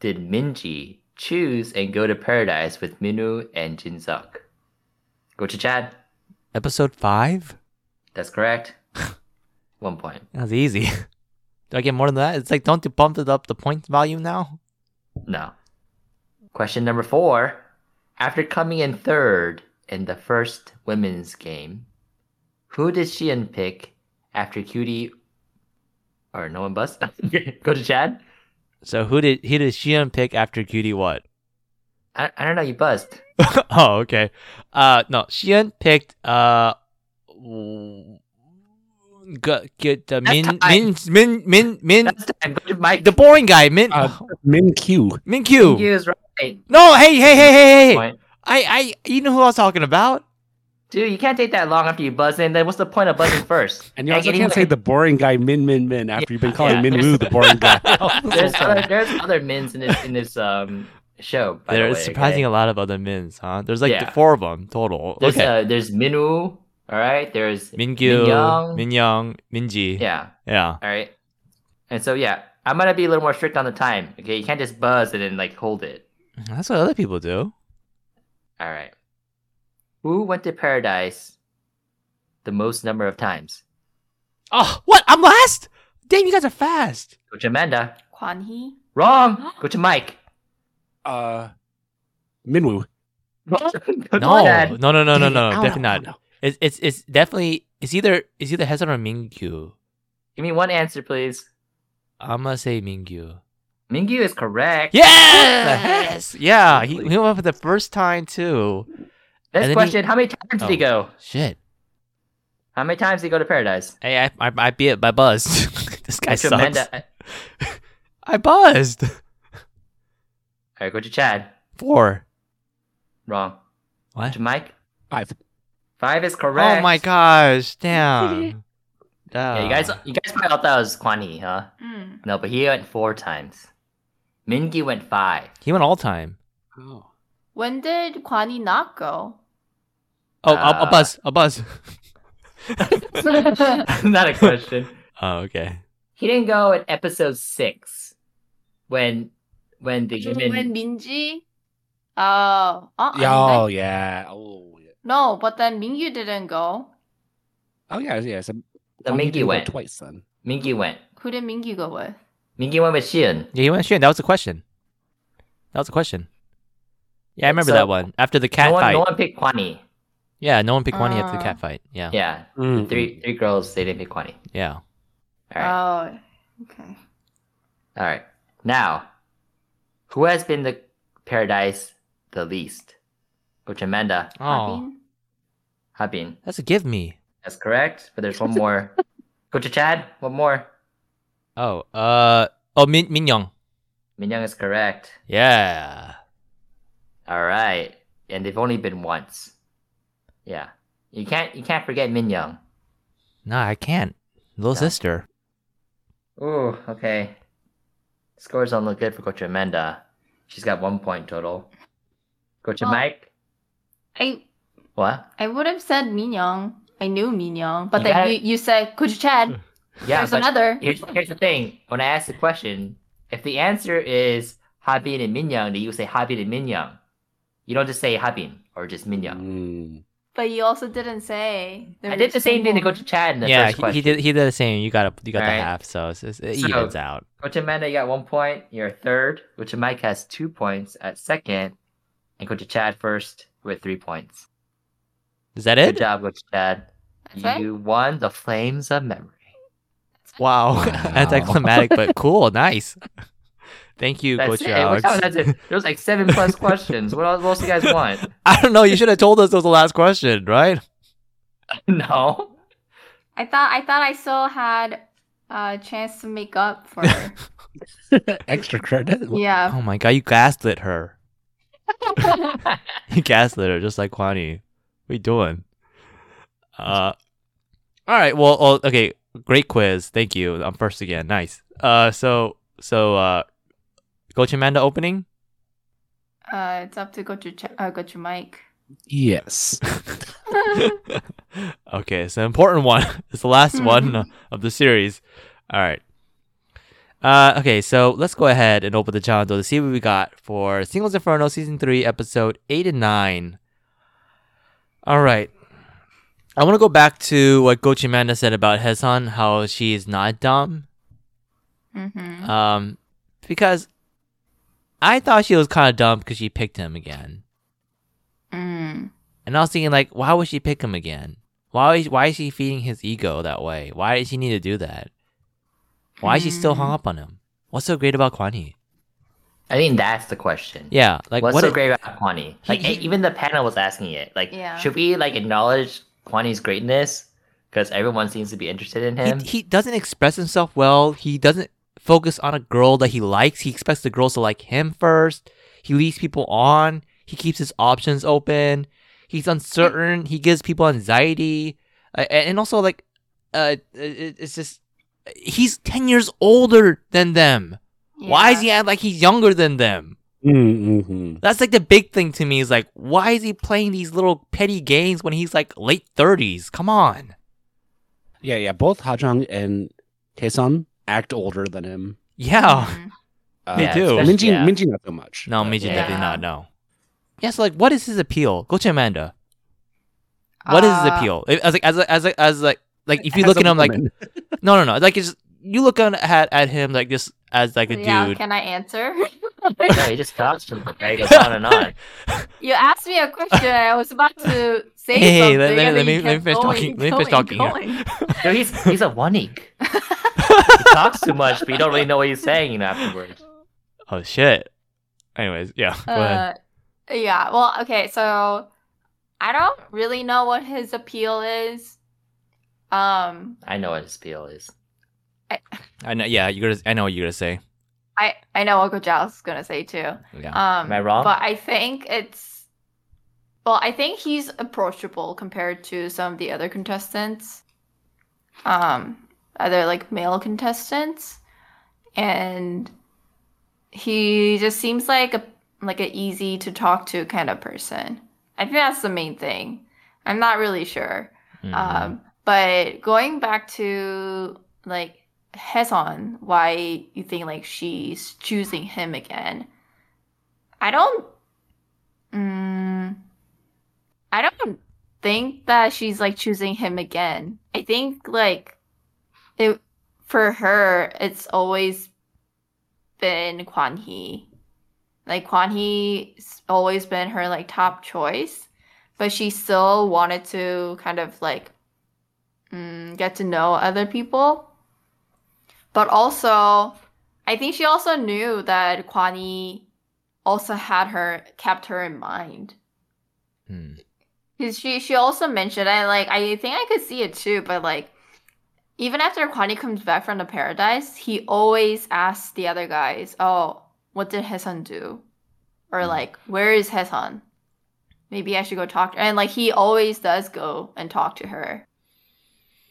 did Minji choose and go to paradise with Minu and Jinzuk? Go to Chad. Episode five. That's correct. One point. That was easy. Do I get more than that? It's like, don't you bump it up the point value now? No. Question number four. After coming in third in the first women's game, who did Sheehan pick after Cutie or no one bust? Go to Chad? So who did he did Shion pick after Cutie? What? I, I don't know, you buzzed. oh, okay. Uh, no, Shion picked uh, w- g- get the min, min min min min That's time. Go to Mike. the boring guy min Uh, Min Q. min Thank Q. you is right. No, hey hey hey hey hey. Point. I, I, you know who I was talking about? Dude, you can't take that long after you buzz in. Then what's the point of buzzing first? And you're Like, also any, gonna say like- the boring guy Min Min Min after you've been calling yeah, Min there's- Moo the boring guy. there's other there's other mins in this in this um show. By There the is way, surprising a okay? lot of other mins, huh? There's like Yeah. four of them total. There's okay. uh, there's Minwoo. All right. There's Mingyu, Minyoung. Minyoung, Minji. yeah. Yeah. All right. And so yeah, I'm gonna be a little more strict on the time. Okay, you can't just buzz and then like hold it. That's what other people do. All right. Who went to paradise the most number of times? Oh, what? I'm last? Damn, you guys are fast. Go to Amanda. Quan Hee. Wrong. Go to Mike. uh, Minwoo. Wrong. Go to No, Dad. no, no, no, no, Dang it. no, Ow, definitely ow, ow, not. ow. It's it's it's definitely it's either it's either Hesan or Mingyu. Give me one answer, please. I'm gonna say Mingyu. Mingyu is correct. Yes, yeah, he, he went for the first time too. And Next then he- question: How many times did he Oh. go? Shit, How many times did he go to paradise? hey, I I, I beat it by buzzed. this guy Go sucks. to Amanda. All I buzzed right, go to Chad. four. Wrong. Go What? to Mike. Five. Five is correct. Oh my gosh, damn. Yeah, you Uh, guys, uh, you guys probably thought that was Quan Hee, huh? Mm. No, but he went four times. Mingi went five. he went all time. Oh. When did Quan Hee not go? Oh, a, Uh, a buzz, a buzz. Not a question. oh, okay. He didn't go in episode six, when when the human. when Minji? Oh, uh, Yeah, 아닌데? oh yeah. Oh yeah. No, but then Mingyu didn't go. Oh yeah. Yeah. So The Minky Minky didn't go went. twice then. Mingi went. Who did Mingyu go with? Mingi went with Shion. Yeah, he went shooting. That was a question. That was a question. Yeah, I remember So- that one after the cat no one, fight. no one picked Quan Hee. Yeah, no one picked one after the Uh. cat fight. Yeah, Mm-hmm. yeah. Yeah, Mm. three three girls. They didn't pick Quan Hee. All right, Oh, okay. all right. Now, who has been the paradise the least? Coach Amanda, Oh, Harbin? Habin. that's a give me. That's correct. But there's one more. Coach Chad, one more. Oh, uh, oh, Min Minyoung. Minyoung is correct. Yeah. All right, and they've only been once. Yeah, you can't you can't forget Min Young. No, I can't. Little Yeah. sister. Ooh, okay. Scores don't look good for Coach Amanda. She's got one point total. Coach Oh. Mike, I what? I would have said Minyoung. I knew Minyoung, but You then gotta- you, you said Coach Chad. Yeah, There's but another. here's, here's the thing. When I ask the question, if the answer is Habin and Min Young, then you say Habin and Min Young. You don't just say Habin or just Min Young. Mm. But you also didn't say. there I did was the same thing to someone. Coach Chad in the yeah, first he, question. he did. He did the same. You got a, you got the Alright. half, so it's, it's, it So- evens out. Coach Amanda, you got one point. You're third. Coach Mike has two points at second. And Coach Chad first with three points. Is that Good it? job, Coach Chad. That's right. You won the Flames of Memory. Wow, anticlimactic, but cool. Nice. Thank you, That's Coach it. What Alex. else is it? There was like seven plus questions. What else, what else do you guys want? I don't know. You should have told us that was the last question, right? No. I thought I thought I still had a chance to make up for. Extra credit. yeah. Oh my god, you gaslit her. You gaslit her just like Kwani. What you doing? Uh, all right. Well, well, okay. Great quiz. Thank you. I'm first again. Nice. Uh, so so uh, Coach Amanda opening. Uh, it's up to Coach Ch- uh, Coach Mike. Yes. okay, it's an important one. It's the last one of the series. All right. Uh, okay, so let's go ahead and open the challenge to see what we got for Singles Inferno Season 3, Episode 8 and 9. All right. I want to go back to what Gochi Manda said about Hesan, how she is not dumb. Mm-hmm. Um, because I thought she was kind of dumb because she picked him again. Mm. And I was thinking, like, why would she pick him again? Why is, why is she feeding his ego that way? Why did she need to do that? Why is she Hmm. still hung up on him? What's so great about Quan Hee? I think that's the question. Yeah, like What's what? so it- great about Kwani? Like e, He- he- even the panel was asking it. Like, Yeah. should we like acknowledge Kwani's greatness? Because everyone seems to be interested in him. he, he doesn't express himself well. He doesn't focus on a girl that he likes. He expects the girls to like him first. He leads people on. He keeps his options open. He's uncertain. He gives people anxiety, uh, and and also like, uh, it- it's just he's ten years older than them. Why is he act like he's younger than them? Mm, Mm-hmm. That's like the big thing to me is like, why is he playing these little petty games when he's like late thirties? Come on. Yeah, yeah. Both Hajong and Taesung act older than him. Yeah. Mhm. Uh, They Yeah, do. especially- Minji, yeah. Minji not so much. No, but- Meiji Yeah. definitely not. No. Yeah. So like, what is his appeal? Go to Amanda. What is his Uh, appeal? As like as like, as like, as like like if you As look a at him like woman. no no no like it's you look on, at at him like just as like a Yeah, dude. can I answer? No, he just talks to him. Right? He goes on and on. you asked me a question. I was about to say Hey, something. let- let- let and then you me- let me kept finish going, talking- let me finish going, talking here. going. No, he's he's a one ink. he talks too much, but you don't really know what he's saying, you know, afterwards. Oh shit. Anyways, yeah. Go ahead. Uh, yeah. Well, okay. So I don't really know what his appeal is. Um, I know what his appeal is. I know. Yeah, you're gonna. I know what you're gonna say. I I know what Gojal is gonna say too. Yeah. Um, Am I wrong? But I think it's well, I think he's approachable compared to some of the other contestants, um, other like male contestants, and he just seems like a like an easy to talk to kind of person. I think that's the main thing. I'm not really sure. Mm-hmm. Mhm. Um, but going back to like Heson, why you think like she's choosing him again? I don't. Mm, I don't think that she's like choosing him again. I think like it for her. It's always been Kwan Hee. Like Kwan Hee's always been her like top choice, but she still wanted to kind of like mm, get to know other people. But also, I think she also knew that Kwan Yee also had her kept her in mind. Hmm. 'Cause she she also mentioned I like I think I could see it too, but like even after Kwani comes back from the paradise, he always asks the other guys, "Oh, what did Hesan do?" Or like, "Where is Hesan?" Maybe I should go talk to her. And like he always does go and talk to her.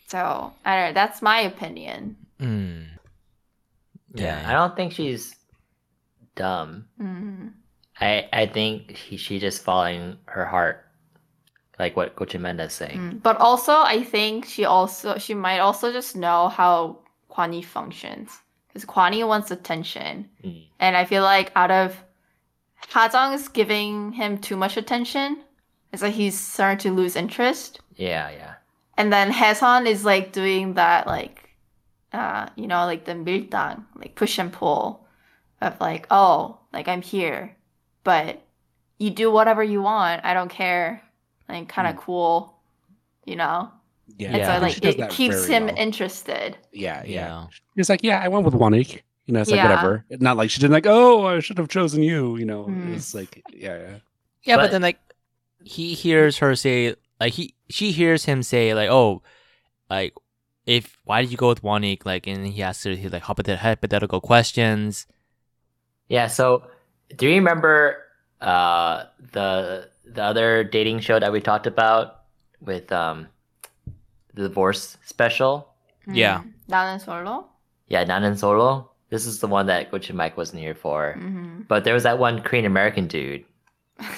So I don't know. That's my opinion. Mm. Yeah. Dang. I don't think she's dumb. Mm. I I think he, she just following her heart, like what Coach Amanda's saying. Mm. But also, I think she also she might also just know how Kwani functions because Kwani wants attention, Mm. and I feel like out of Hazong is giving him too much attention. It's like he's starting to lose interest, Yeah, yeah. and then Haesan is like doing that like, uh, you know, like the miltang, like push and pull, of like, oh, like I'm here, but you do whatever you want. I don't care. Like kind of cool, you know. Yeah, And Mm. Yeah. so she like does it that keeps very him well. interested. yeah, Yeah. yeah. It's like, yeah, I went with Wanik. You know, it's like Yeah. whatever. Not like she didn't like, oh, I should have chosen you. You know, Mm. it's like, yeah, yeah. Yeah, but, But- then like he hears her say like he she hears him say like oh like if why did you go with Wanik like and he asks her he like hypothet- hypothetical questions. Yeah, so do you remember uh the the other dating show that we talked about with um the divorce special? Yeah. 나는 솔로. Yeah, Nan and Solo. This is the one that Coach Mike wasn't here for. Mm-hmm. But there was that one Korean American dude.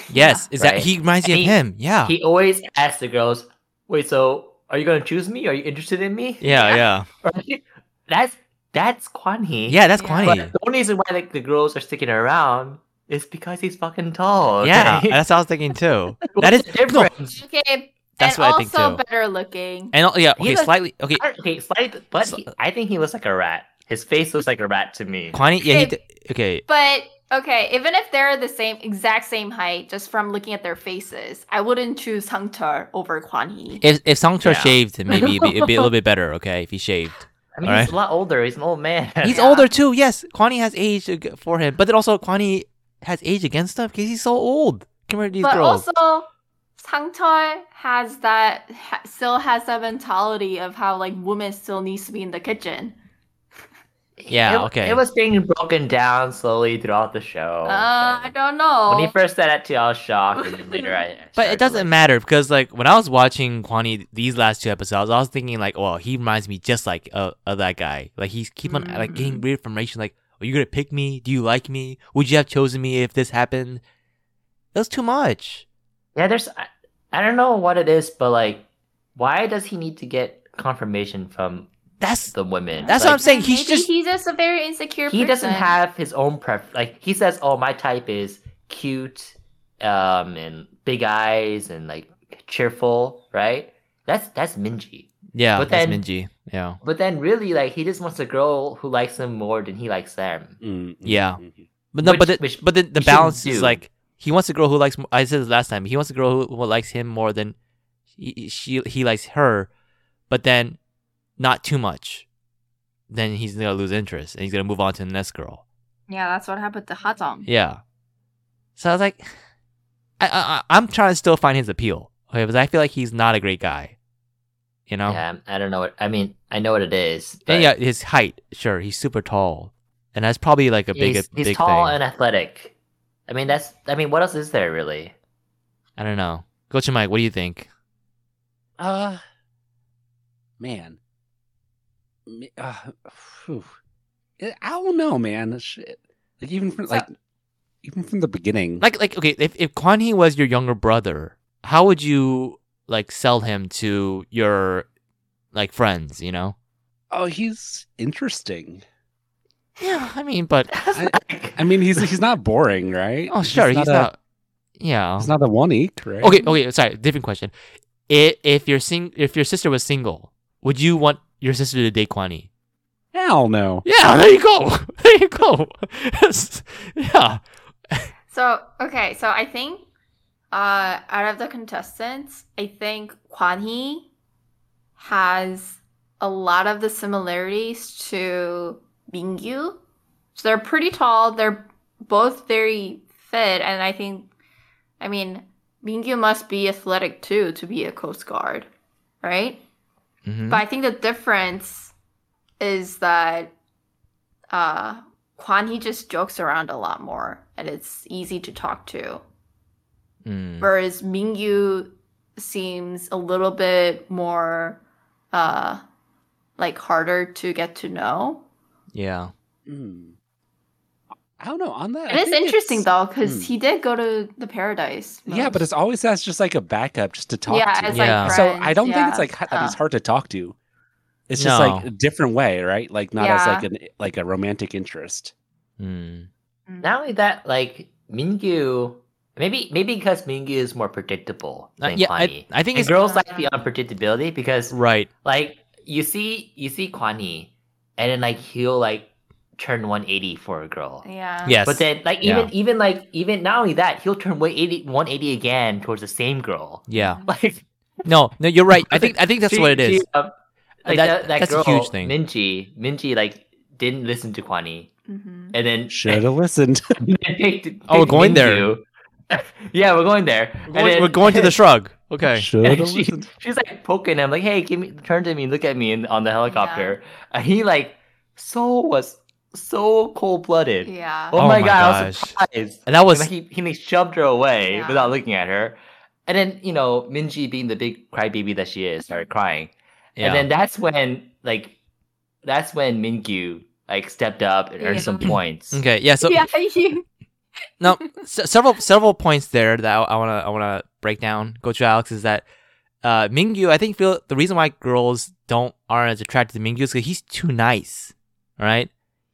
Yes, is that Right. he reminds me of He- him? Yeah, He always asks the girls, "Wait, so are you gonna choose me? Are you interested in me?" yeah, yeah, Right? that's that's Kwan Hee. yeah. That's Yeah. But Kwani. the only reason why like the girls are sticking around is because he's fucking tall. okay? Yeah, that's what I was thinking too. What's that is the no, difference. Okay. That's what and I also think, too. better looking. and yeah, okay, He was- slightly okay. I don't- Okay, slightly, but he, I think he looks like a rat. His face looks like a rat to me. Kwani, yeah, he, Okay. d- okay, But okay, even if they're the same exact same height, just from looking at their faces, I wouldn't choose Hangter over Kwan Hee. If if Songcha Yeah. shaved, maybe it'd be, it'd be a little bit better. Okay, if he shaved, I mean, All he's right. a lot older. He's an old man. he's Yeah. older too. Yes, Kwani has age ag- for him, but then also Kwani has age against him because he's so old compared to these But girls. also Sangter has that ha- still has that mentality of how like women still needs to be in the kitchen. Yeah, It- okay. It was being broken down slowly throughout the show. uh, I and don't know. Oh, When he first said that to you, I was shocked, and then later I. I Oh. But started it to, doesn't like- matter because like when I was watching Kwani these last two episodes, I was thinking like, well, he reminds me just like uh, of that guy. Like he's keep on like getting Mm. weird information. Like, are you gonna pick me? Do you like me? Would you have chosen me if this happened? It was too much. Yeah, there's. I, I don't know what it is, but like, why does he need to get confirmation from That's the women? That's Like, what I'm saying. He's Maybe just- he's just a very insecure. He doesn't person. have his own pref. Like he says, "Oh, my type is cute, um, and big eyes, and like cheerful." Right? That's that's Minji. yeah. But that's then- Minji. Yeah. But then, really, like he just wants a girl who likes him more than he likes them. Mm, mm, Yeah. mm, mm. But no, but Which- the, which but the, the you shouldn't balance is do. like he wants a girl who likes. I said this last time. He wants a girl who, who likes him more than he, she he likes her, but then not too much. Then he's gonna lose interest and he's gonna move on to the next girl. Yeah, that's what happened to Hatong. Yeah. So I was like, I, I I- I'm trying to still find his appeal. Okay, because I feel like he's not a great guy. You know. Yeah, I don't know. What, I mean, I know what it is. And but- yeah, his height. Sure, he's super tall, and that's probably like a big he's, a he's big tall thing. and athletic. I mean, that's. I mean, what else is there really? I don't know. Coach Mike, what do you think? Uh, man. Me- Uh, phew. I I don't know, man. Shit. Like even from So- like even from the beginning. Like, like, okay, if if Quan Hee was your younger brother, how would you like sell him to your like friends? You know? oh, he's interesting. Yeah, I mean, but I mean, he's he's not boring, right? oh, sure, he's, a- not. yeah. He's not a one eek, right? Okay, okay. Sorry, different question. If if your sing if your sister was single, would you want your sister to date Quan Hee? hell no. Yeah, there you go. There you go. yeah. So okay, so I think uh out of the contestants, I think Kwan Hee has a lot of the similarities to Mingyu. So they're pretty tall, they're both very fit, and I think I mean Mingyu must be athletic too to be a coast guard, right? Mm-hmm, Mhm. But I think the difference is that uh Kwan he just jokes around a lot more and it's easy to talk to. Mm. Whereas Mingyu seems a little bit more uh like harder to get to know. Yeah. Hmm. I don't know. On that, It is interesting though, because hmm. he did go to the paradise. Yeah, but it's always as just like a backup, just to talk yeah, to. as Yeah. like so friends, I don't yeah. think it's like h- that he's Uh, hard to talk to. It's just like No. a different way, right? Like not as Yeah. like an like a romantic interest. Mm. mm. Not only that, like Mingyu, maybe maybe because Mingyu is more predictable Uh, than yeah, Kwani. I, I think and it's girls like the unpredictability because right. like you see you see Kwani, and then like he'll like turn 180 for a girl. Yeah. Yes. But then like even even like even not only that, he'll turn 180 180 again towards the same girl. yeah. Like No, no, you're right. I think I think that's she- what it she, is. um, like That- that, that that's a girl, huge thing. Minji, Minji like didn't listen to Kwani, Mhm. and then Should have listened. and picked, Oh, we're picked going there. Mingyu. yeah, we're going there. We're And going, then- we're going to the shrug. Okay. Should and have she- listened. she's like poking him, like, "Hey, give me, turn to me, look at me," in, on the helicopter. And he like, so was so cold blooded. Yeah. Oh, Oh my my god, I was gosh. surprised. And that And, was like, he he like, shoved her away Yeah. without looking at her. And then you know Minji, being the big crybaby that she is, started crying. yeah. And then that's when like that's when Mingyu like stepped up and earned Yeah. some points. okay. Yeah. So yeah, you. no, se- several several points there that I, I wanna I wanna break down. Go to Alex is that uh, Mingyu. I think feel the reason why girls don't aren't as attracted to Mingyu is because he's too nice. Right.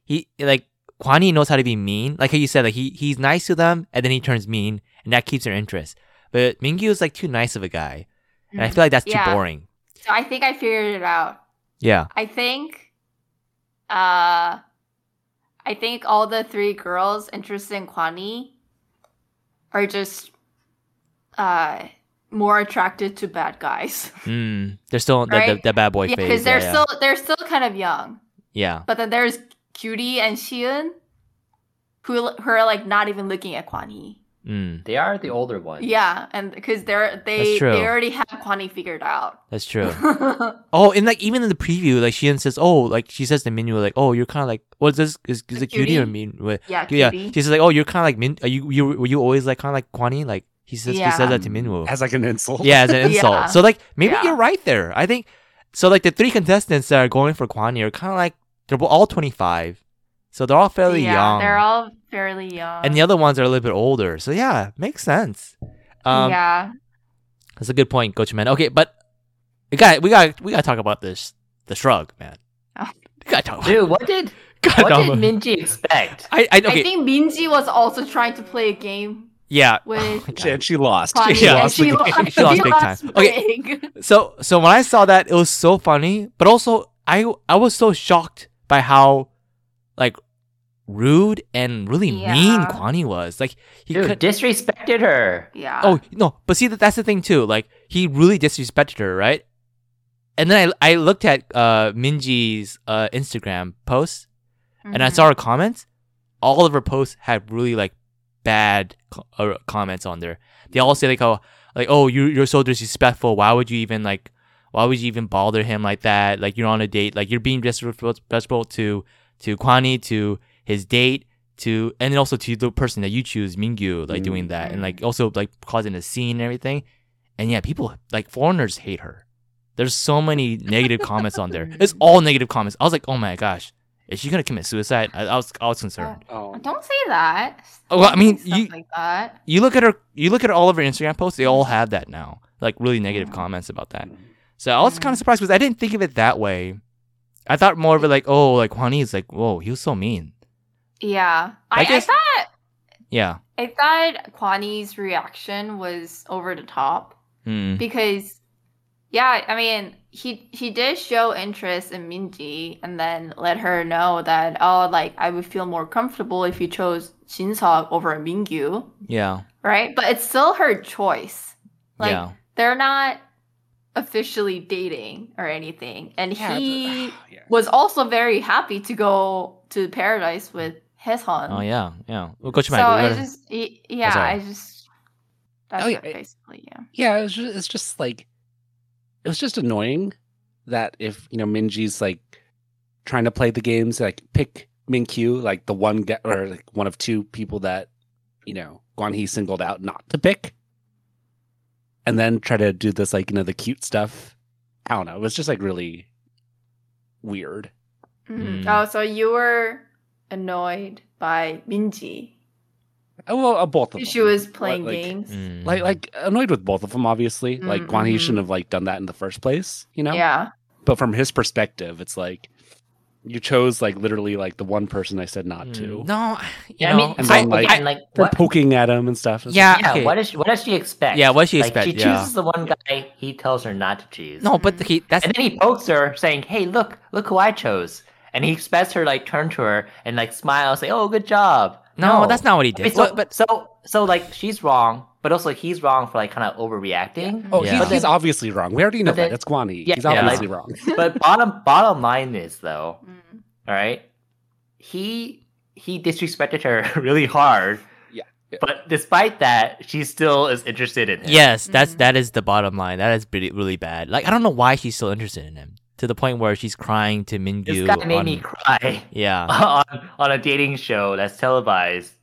He like Kwani knows how to be mean. Like how you said, like he he's nice to them and then he turns mean and that keeps their interest. But Mingyu is like too nice of a guy, and I Mhm. feel like that's too Yeah. boring. So I think I figured it out. Yeah. I think uh I think all the three girls interested in Kwani are just uh more attracted to bad guys. Mm, they're still in the, the, Right? the bad boy yeah, phase. because they're yeah, still they're still kind of young. yeah. But then there's Cutie and Xiun who who are like not even looking at Kwani. Mm, They are the older ones. Yeah, and because they're they That's true. they already have Kwani figured out. that's true. Oh, and like even in the preview, like she says, "Oh, like she says to Minwoo, like, oh, you're kind of like, what is this? Is, is it cutie, or Cutie. Minwoo? yeah, Yeah, cutie. she says like, oh, you're kind of like Min. Are you you were you always like kind of like Kwani? Like he says he Yeah. says that to Minwoo. as like an insult. yeah, as an insult. Yeah. So like maybe Yeah. you're right there. I think so. Like the three contestants that are going for Kwani are kind of like they're all 25, so they're all fairly yeah, young. They're all fairly young. and the other ones are a little bit older. So yeah, makes sense. Um, yeah, That's a good point, Coach Man. Okay, but we got we got we got to talk about this the shrug, man. Oh. We got to talk about. Dude, what did gotta what talk did about- Minji expect? I I, okay, I think Minji was also trying to play a game yeah. with and she lost. Kwani, Oh Yeah. and lost she, the lo- game. She lost big time. Okay. big. So so when I saw that, it was so funny, but also I I was so shocked by how like rude and really mean Yeah. Kwani was. Like he Dude, could. disrespected her. Yeah. oh no, but see that that's the thing too. Like he really disrespected her, right? And then I I looked at uh Minji's uh Instagram post and I Mhm. saw her comments. All of her posts had really like bad co- uh, comments on there. They all say like, "Oh, like oh, you you're so disrespectful. Why would you even like, why would you even bother him like that? Like you're on a date. Like you're being disrespectful to to Kwani, to his date, to and then also to the person that you choose, Mingyu, like doing that and like also like causing a scene and everything. And yeah, people like foreigners hate her. There's so many negative comments on there. It's all negative comments. I was like, oh my gosh, is she gonna commit suicide? I, I was I was Uh, concerned. Oh. Don't say that. Oh, well, I Don't mean, say stuff you- like that. You look at her. You look at all of her Instagram posts. They Mm-hmm. all have that now. Like really negative comments about that. So I was kind Mm-hmm. of surprised because I didn't think of it that way. I thought more of it like, oh, like Juan is like, whoa, he was so mean. Yeah, I I, I, guess- thought Yeah. I thought Kwani's reaction was over the top Mm. because, yeah, I mean, he he did show interest in Minji and then let her know that oh, like I would feel more comfortable if you chose Shinseok over Mingyu, Yeah. right? But it's still her choice. Like yeah. um, they're not officially dating or anything, and Yeah, he. but- yeah. was also very happy to go to paradise with Heshan. Oh yeah. Yeah. Well, Coach So Mike, we I gotta- just, y- yeah, Oh, sorry. I just. That's Oh, yeah, it, it- basically, yeah. Yeah, it's just, it's just like it was just annoying that if you know Minji's like trying to play the games, like pick Minkyu, like the one guy or like one of two people that you know Guanhee singled out not to pick, and then try to do this like you know the cute stuff. I don't know. It was just like really weird. Mm. Mhm. Oh, so you were annoyed by Minji. Oh, well, uh, both of them. She was playing Like- like- games. Mm. Like like annoyed with both of them, obviously. Like Mm, Guanhee mhm. shouldn't have like done that in the first place, you know. Yeah. but from his perspective, it's like you chose like literally like the one person I said not to. Mm. No. I- You Yeah, I know, mean, And so then, like- again, like We're what, poking at him and stuff. It's yeah. yeah, okay. what does she, what does she expect? Yeah, what does she Like, expect? she Yeah. chooses the one guy he tells her not to choose. no, but he, that's and then he pokes her, saying, "Hey, look, look who I chose." And he expects her like turn to her and like smile, say, "Oh, good job." no, that's not what he I did. mean, so, What- but so so like she's wrong, but also he's wrong for like kind of overreacting. like- oh, Yeah. he's, he's obviously wrong. We already know But then- that. It's Guani. Yeah, he's yeah, like- obviously wrong. but bottom bottom line is though, Mm. all right, he he disrespected her really hard. Yeah, yeah. But despite that, she still is interested in him. yes, that's Mhm. that is the bottom line. That is pretty, really bad. Like I don't know why she's still interested in him to the point where she's crying to Mingyu. This guy made on- me cry. Yeah. on on a dating show that's televised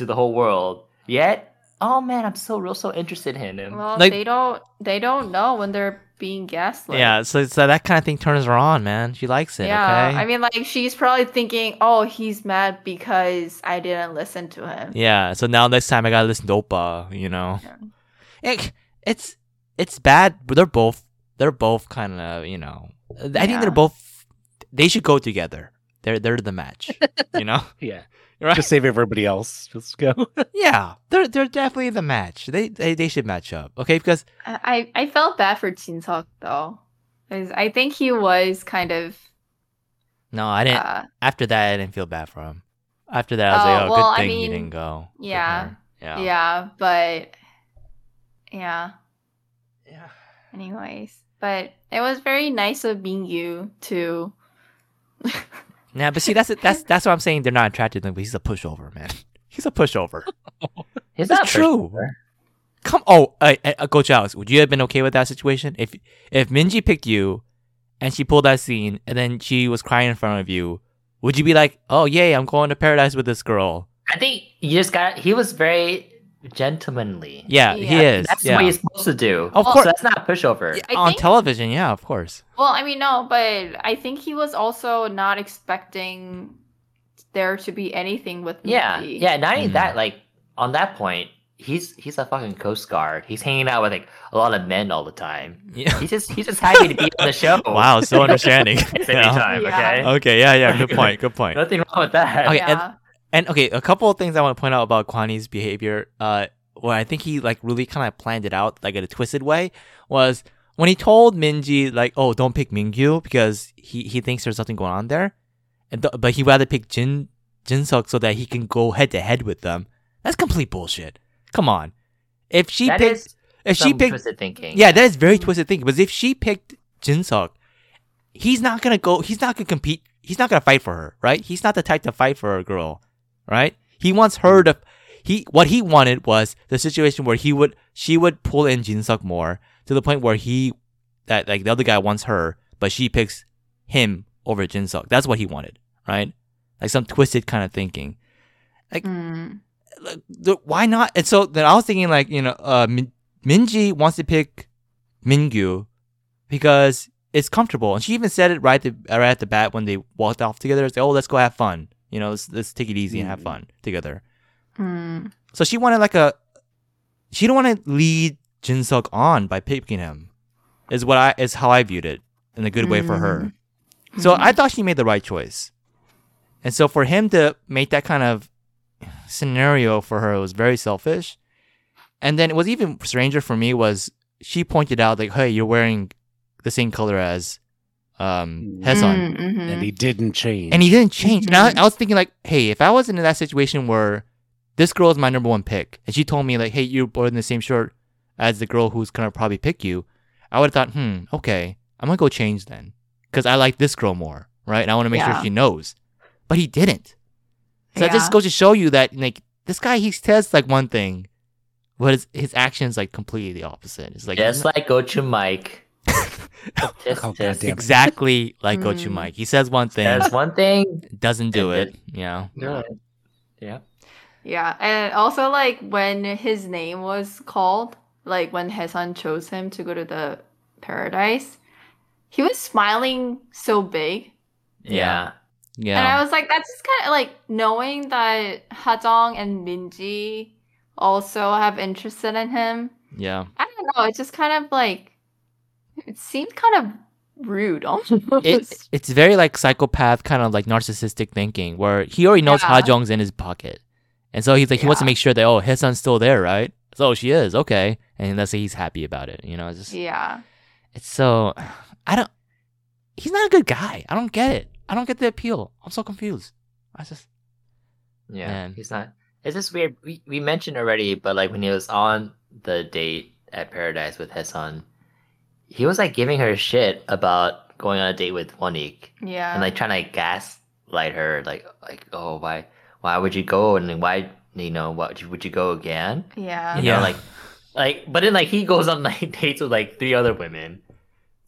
to the whole world. Yet, oh man, I'm so real so interested in him. Mm. Well, Like- they don't, they don't know when they're being gaslit. Yeah, so, so that kind of thing turns her on, man. She likes it. Yeah, okay. I mean, like she's probably thinking, "Oh, he's mad because I didn't listen to him." yeah. So now next time I gotta listen to Opa. You know, Yeah. Ick, it's it's bad, but they're both they're both kind of you know. I Yeah. think they're both they should go together. They're they're the match. you know, Yeah, right? just save everybody else. Just go. Mm. yeah, they're they're definitely the match. They they, they should match up. Okay, because I, I I felt bad for Shinseok though, 'Cause I think he was kind of. no, I didn't. Uh, after that, I didn't feel bad for him. After that, I was Oh, like, oh, well, I good thing mean, he didn't go. Good yeah, for him. yeah. yeah, but yeah. Yeah. Anyways, but it was very nice of Mingyu to. Nah, but see, that's that's that's what I'm saying. They're not attracted to him, but he's a pushover, man. He's a pushover. He's That's not first true. player. Come, oh, uh, uh, Coach Alex, would you have been okay with that situation if if Minji picked you, and she pulled that scene, and then she was crying in front of you? Would you be like, "Oh yay, I'm going to paradise with this girl"? I think you just got. He was very gentlemanly. Yeah, he Yeah. is. that's yeah. what you're supposed to do. Of So course. that's not pushover. Yeah, I on think- television, yeah, of course. Well, I mean, no, but I think he was also not expecting there to be anything with Yeah, Minji. yeah. Not only Mm. that, like on that point, he's he's a fucking coast guard. He's hanging out with like a lot of men all the time. Yeah. He's just he's just happy to be on the show. Wow, so understanding. Oh. It's Yeah. any time, Yeah. okay. Okay, yeah, yeah. Good point. Good point. Nothing wrong with that. Okay, and- yeah. And okay, a couple of things I want to point out about Kwani's behavior, uh, where I think he like really kind of planned it out like in a twisted way, was when he told Minji like, "Oh, don't pick Mingyu because he he thinks there's something going on there," and th- but he rather pick Jin Jinsuk so that he can go head to head with them. That's complete bullshit. Come on, if she That picked, is if she some picked, twisted thinking. yeah, that is very twisted thinking. Because if she picked Jinsuk, he's not gonna go. He's not gonna compete. He's not gonna fight for her, right? He's not the type to fight for a girl, right? He wants her to. He what he wanted was the situation where he would she would pull in Jinsuk more to the point where he that like the other guy wants her, but she picks him over Jinsuk. That's what he wanted, right? Like some twisted kind of thinking Hmm, Mm. like, the, why not? And so then I was thinking, like, you know, uh, Min- Minji wants to pick Mingyu because it's comfortable, and she even said it right, the, right at the bat when they walked off together. It's like, oh, let's go have fun. You know, let's let's take it easy and have Mm. fun together. hmm. Mm. So she wanted like a, she didn't want to lead Jinsuk on by picking him, is what I is how I viewed it in a good way for her. So I thought she made the right choice. And so for him to make that kind of scenario for her was very selfish. And then it was even stranger for me was she pointed out like, hey, you're wearing the same color as um Hmm, Mm. Hezon Mm, mhm. and he didn't change. and he didn't change. And Mhm. I, I was thinking like, hey, if I was in that situation where this girl is my number one pick, and she told me like, hey, you're wearing the same shirt as the girl who's gonna probably pick you, I would have thought, hmm, okay, I'm gonna go change then, because I like this girl more, right? And I want to make Yeah. sure she knows. But he didn't. So that Yeah. just goes to show you that like this guy, he says like one thing, but his, his actions like completely the opposite. It's like Just like go to Mike. just, Oh, just, goddamn. exactly like Mm. Gochu Mike. He says one thing, That's one thing. doesn't do And it. You know. Yeah, and also like when his name was called, like when Hesan chose him to go to the paradise, he was smiling so big. Yeah. Yeah. And I was like, that's just kind of like knowing that Hadong and Minji also have interest in him. Yeah. I don't know. It's just kind of like it seemed kind of rude almost. It, it's very like psychopath kind of like narcissistic thinking where he already knows Yeah. Hajong's in his pocket. And so he's like he wants to Yeah. make sure that oh his son's still there, right? So oh, she is, okay. And let's say he's happy about it. You know, it's just yeah. it's so I don't he's not a good guy. I don't get it. I don't get the appeal. I'm so confused. I just Yeah, Man. he's not. It's just weird. We, we mentioned already, but like when he was on the date at Paradise with Hesan, he was like giving her shit about going on a date with Wonique Yeah. and like trying to like, gaslight her, like like oh why why would you go and why you know what would you, would you go again? yeah. You Yeah. know like like but then like he goes on like dates with like three other women.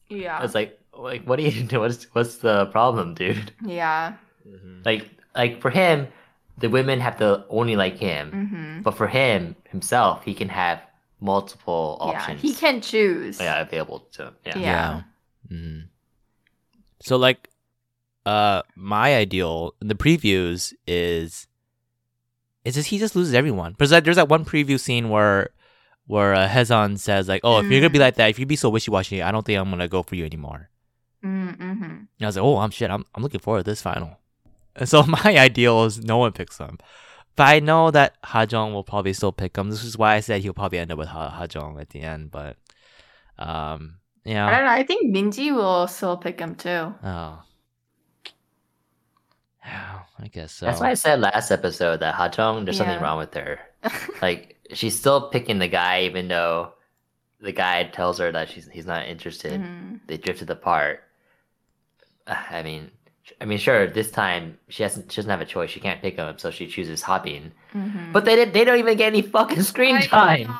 Yeah. I was like like what do you do? What's what's the problem, dude? yeah. Like like for him, the women have to only like him. Mm-hmm. But for him himself, he can have multiple Yeah. options. Oh, He can choose. yeah, available to him. Yeah. Yeah. Mm. So like uh my ideal in the previews is is just he just loses everyone. Because like, there's that one preview scene where where uh, Hezon says like, "Oh, if you're going to be like that, if you be so wishy-washy, I don't think I'm going to go for you anymore." Mm-hmm. And I was like, "Oh, I'm shit. I'm I'm looking forward to this final." And so my ideal is no one picks him. But I know that Hajong will probably still pick him. This is why I said he'll probably end up with ha- Hajong at the end, but um yeah. I don't know. I think Minji will still pick him too. Oh. I guess so. That's why I said last episode that Hachong, there's something Yeah. wrong with her. like she's still picking the guy even though the guy Mm-hmm. tells her that she's he's not interested. Mhm. They drifted apart. Uh, I mean, I mean, sure, this time she hasn't. She doesn't have a choice. She can't pick him, so she chooses Hopping. Mhm. But they did. They don't even get any fucking screen I time. know.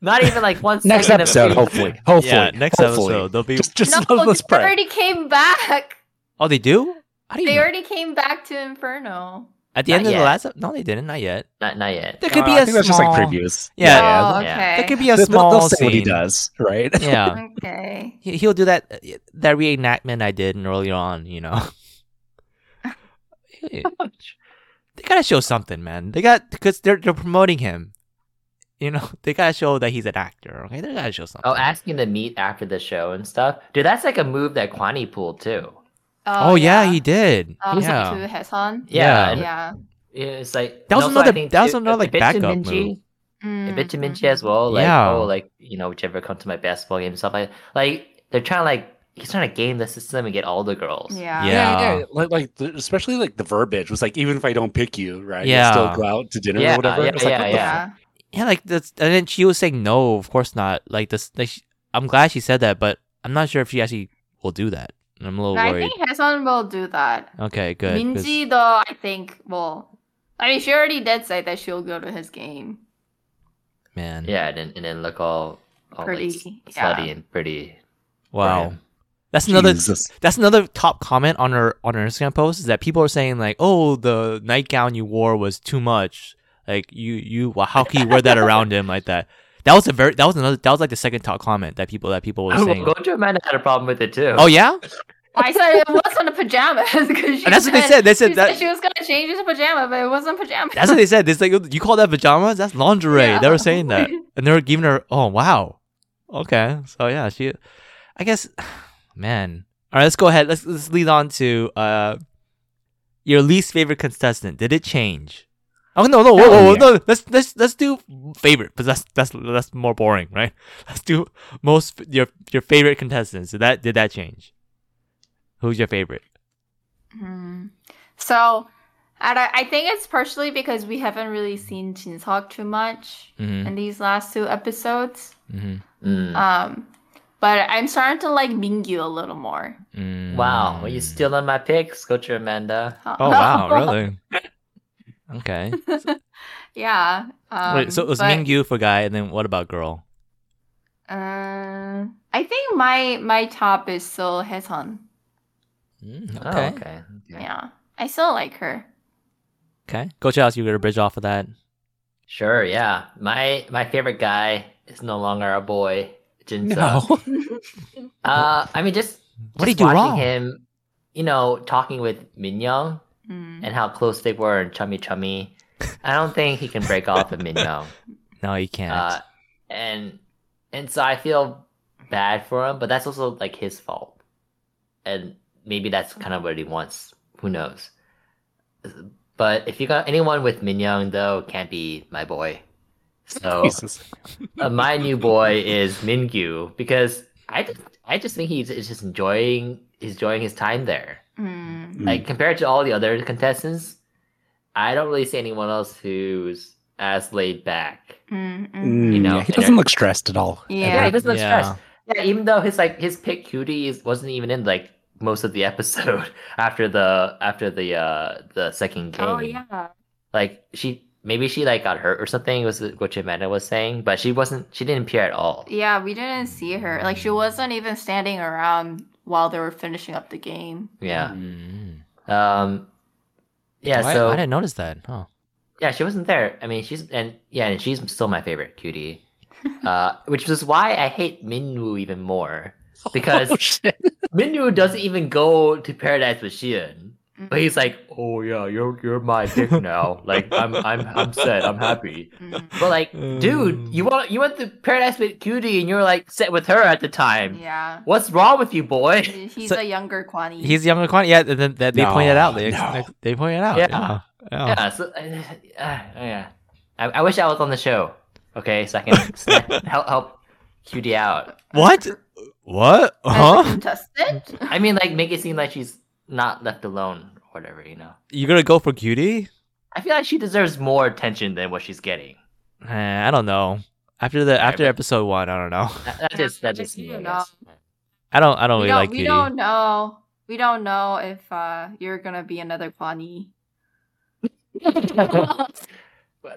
Not even like one Next second of episode, screen hopefully. time. Hopefully. yeah, next hopefully. episode they'll be. Just, just No, let's they pray. already came back. Oh, they do. How do you? They know? already came back to Inferno. At the Not end of yet. the last, ep- no, they didn't. Not yet. Not not yet. There could Uh, be I a small. think that's just like previews. Yeah, Oh, yeah. okay. there could be a They'll- small they'll, say what he scene. does, right? Yeah, Okay. He- he'll do that. uh, That reenactment I did earlier on. You know. they gotta show something, man. They got because they're they're promoting him. You know, they gotta show that he's an actor. Okay, they gotta show something. Oh, asking to meet after the show and stuff, dude. That's like a move that Kwani pulled too. Oh, yeah, he did. Um, yeah. To Hesan. Yeah, Yeah. and- Yeah. Yeah, it's like That was and also I another- think that was too, another, a like, bit to backup Minji, move. Mm, A bit to Minji mhm. as well, like Yeah. oh, like you know, whichever comes to my basketball game, stuff like like they're trying to like he's trying to game the system and get all the girls. Yeah. Yeah. Like, like the, especially like the verbiage was like, even if I don't pick you, right? Yeah. You'll still go out to dinner Yeah, or whatever. yeah, It's like, yeah, what the Yeah. Yeah, like that's and then she was saying no, of course not. Like this, like she, I'm glad she said that, but I'm not sure if she actually will do that. And I'm a little I worried. think Hesan will do that. Okay, good. 'cause- Minji, though, I think, well, I mean, she already did say that she'll go to his game. man, yeah, and then, and then look all, all Pretty, like, s- yeah. slutty and pretty. wow, him. that's fuck? another Jesus. that's another top comment on her on her Instagram post is that people are saying like, oh, the nightgown you wore was too much. Like you you well, how can you wear that around him like that? That was a very that was another that was like the second top comment that people that people were Oh, saying. Gojo Amanda had a problem with it too. Oh yeah, I said it wasn't a pajamas because she. And that's what they said. They said she that- she was gonna change his pajama, but it wasn't pajamas. that's what they said. It's like you call that pajamas? That's lingerie. They Yeah. were saying that. and they're giving her oh wow okay so yeah she i guess man all right let's go ahead let's let's lead on to uh your least favorite contestant did it change oh no no whoa, whoa, whoa, no let's let's let's do favorite because that's that's that's more boring right let's do most your your favorite contestants did that did that change who's your favorite Hmm. So, and I, I think it's partially because we haven't really seen Jin Seok too much mm-hmm. in these last two episodes. Mm-hmm. Mm. Um, but I'm starting to like Mingyu a little more. wow, Mm. were you stealing my picks, Gojo Amanda? oh wow really okay yeah. Um, Wait, so it was but- Mingyu for guy, and then what about girl? Uh, I think my my top is still Hesan. Mm, Oh, okay, okay. okay. Yeah, I still like her. okay. Coach House, you got to bridge off of that. Sure, yeah. My my favorite guy is no longer a boy, Jinso. No. Uh, I mean, just What just did you do watching wrong? Him, you know, talking with Minyoung Mm-hmm. Mm. and how close they were and chummy chummy. I don't think he can break off of Minyoung. No, you can't. Uh, and and so I feel bad for him, but that's also like his fault, and maybe that's kind of what he wants. Who knows? But if you got anyone with Minyoung though, can't be my boy. So Jesus. uh, my new boy is Mingyu because I just I just think he's, is just enjoying he's enjoying his time there. Mm. Like compared to all the other contestants, I don't really see anyone else who's as laid back. Mm. Mm. Mm, know, yeah, he and doesn't it- look stressed at all. Yeah, Yeah. he doesn't look Yeah. stressed. Yeah, even though his like his pick cutie is, wasn't even in like most of the episode after the after the uh the second game. Oh yeah. Like she maybe she like got hurt or something was what Jimena was saying, but she wasn't she didn't appear at all. Yeah, we didn't see her. Like she wasn't even standing around while they were finishing up the game. Yeah. Mm. Um, yeah. Why- so I didn't notice that. Oh, yeah, she wasn't there. I mean, she's and yeah, and she's still my favorite cutie, uh, which is why I hate Minwoo even more because Oh, shit. Minwoo doesn't even go to paradise with Shion. Mm. But he's like, oh yeah, you're you're my pick now. like I'm I'm I'm set. I'm happy. Mm. But like, dude, you want you went to paradise with cutie, and you're like set with her at the time. Yeah. What's wrong with you, boy? He's So- a younger Kwani. he's younger. Quan- yeah, th- th- that they No, pointed out. They, no. ex- they pointed out. Yeah. Yeah. yeah. Yeah, so, uh, uh, yeah. I, I wish I was on the show. Okay, so I can sna- help help QD out. What? What? As a Huh? contestant? I mean, like make it seem like she's not left alone or whatever. You know, You gonna go for cutie? I feel like she deserves more attention than what she's getting. Eh, I don't know. After the after but- episode one, I don't know. That, that's Yeah, just that's just you me. I know. guess. I don't. I don't Oh, really we don't, like we cutie. don't know. We don't know if uh, you're gonna be another Kuan Yi.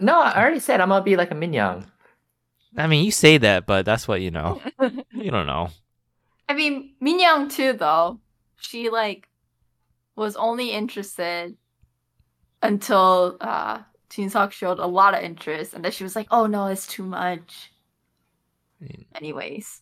No, I already said I'm gonna be like a Minyang. I mean, you say that, but that's what you know. you don't know. I mean, Minyoung too, though. She like was only interested until uh, Jin Seok showed a lot of interest, and then she was like, "Oh no, it's too much." Mm. Anyways,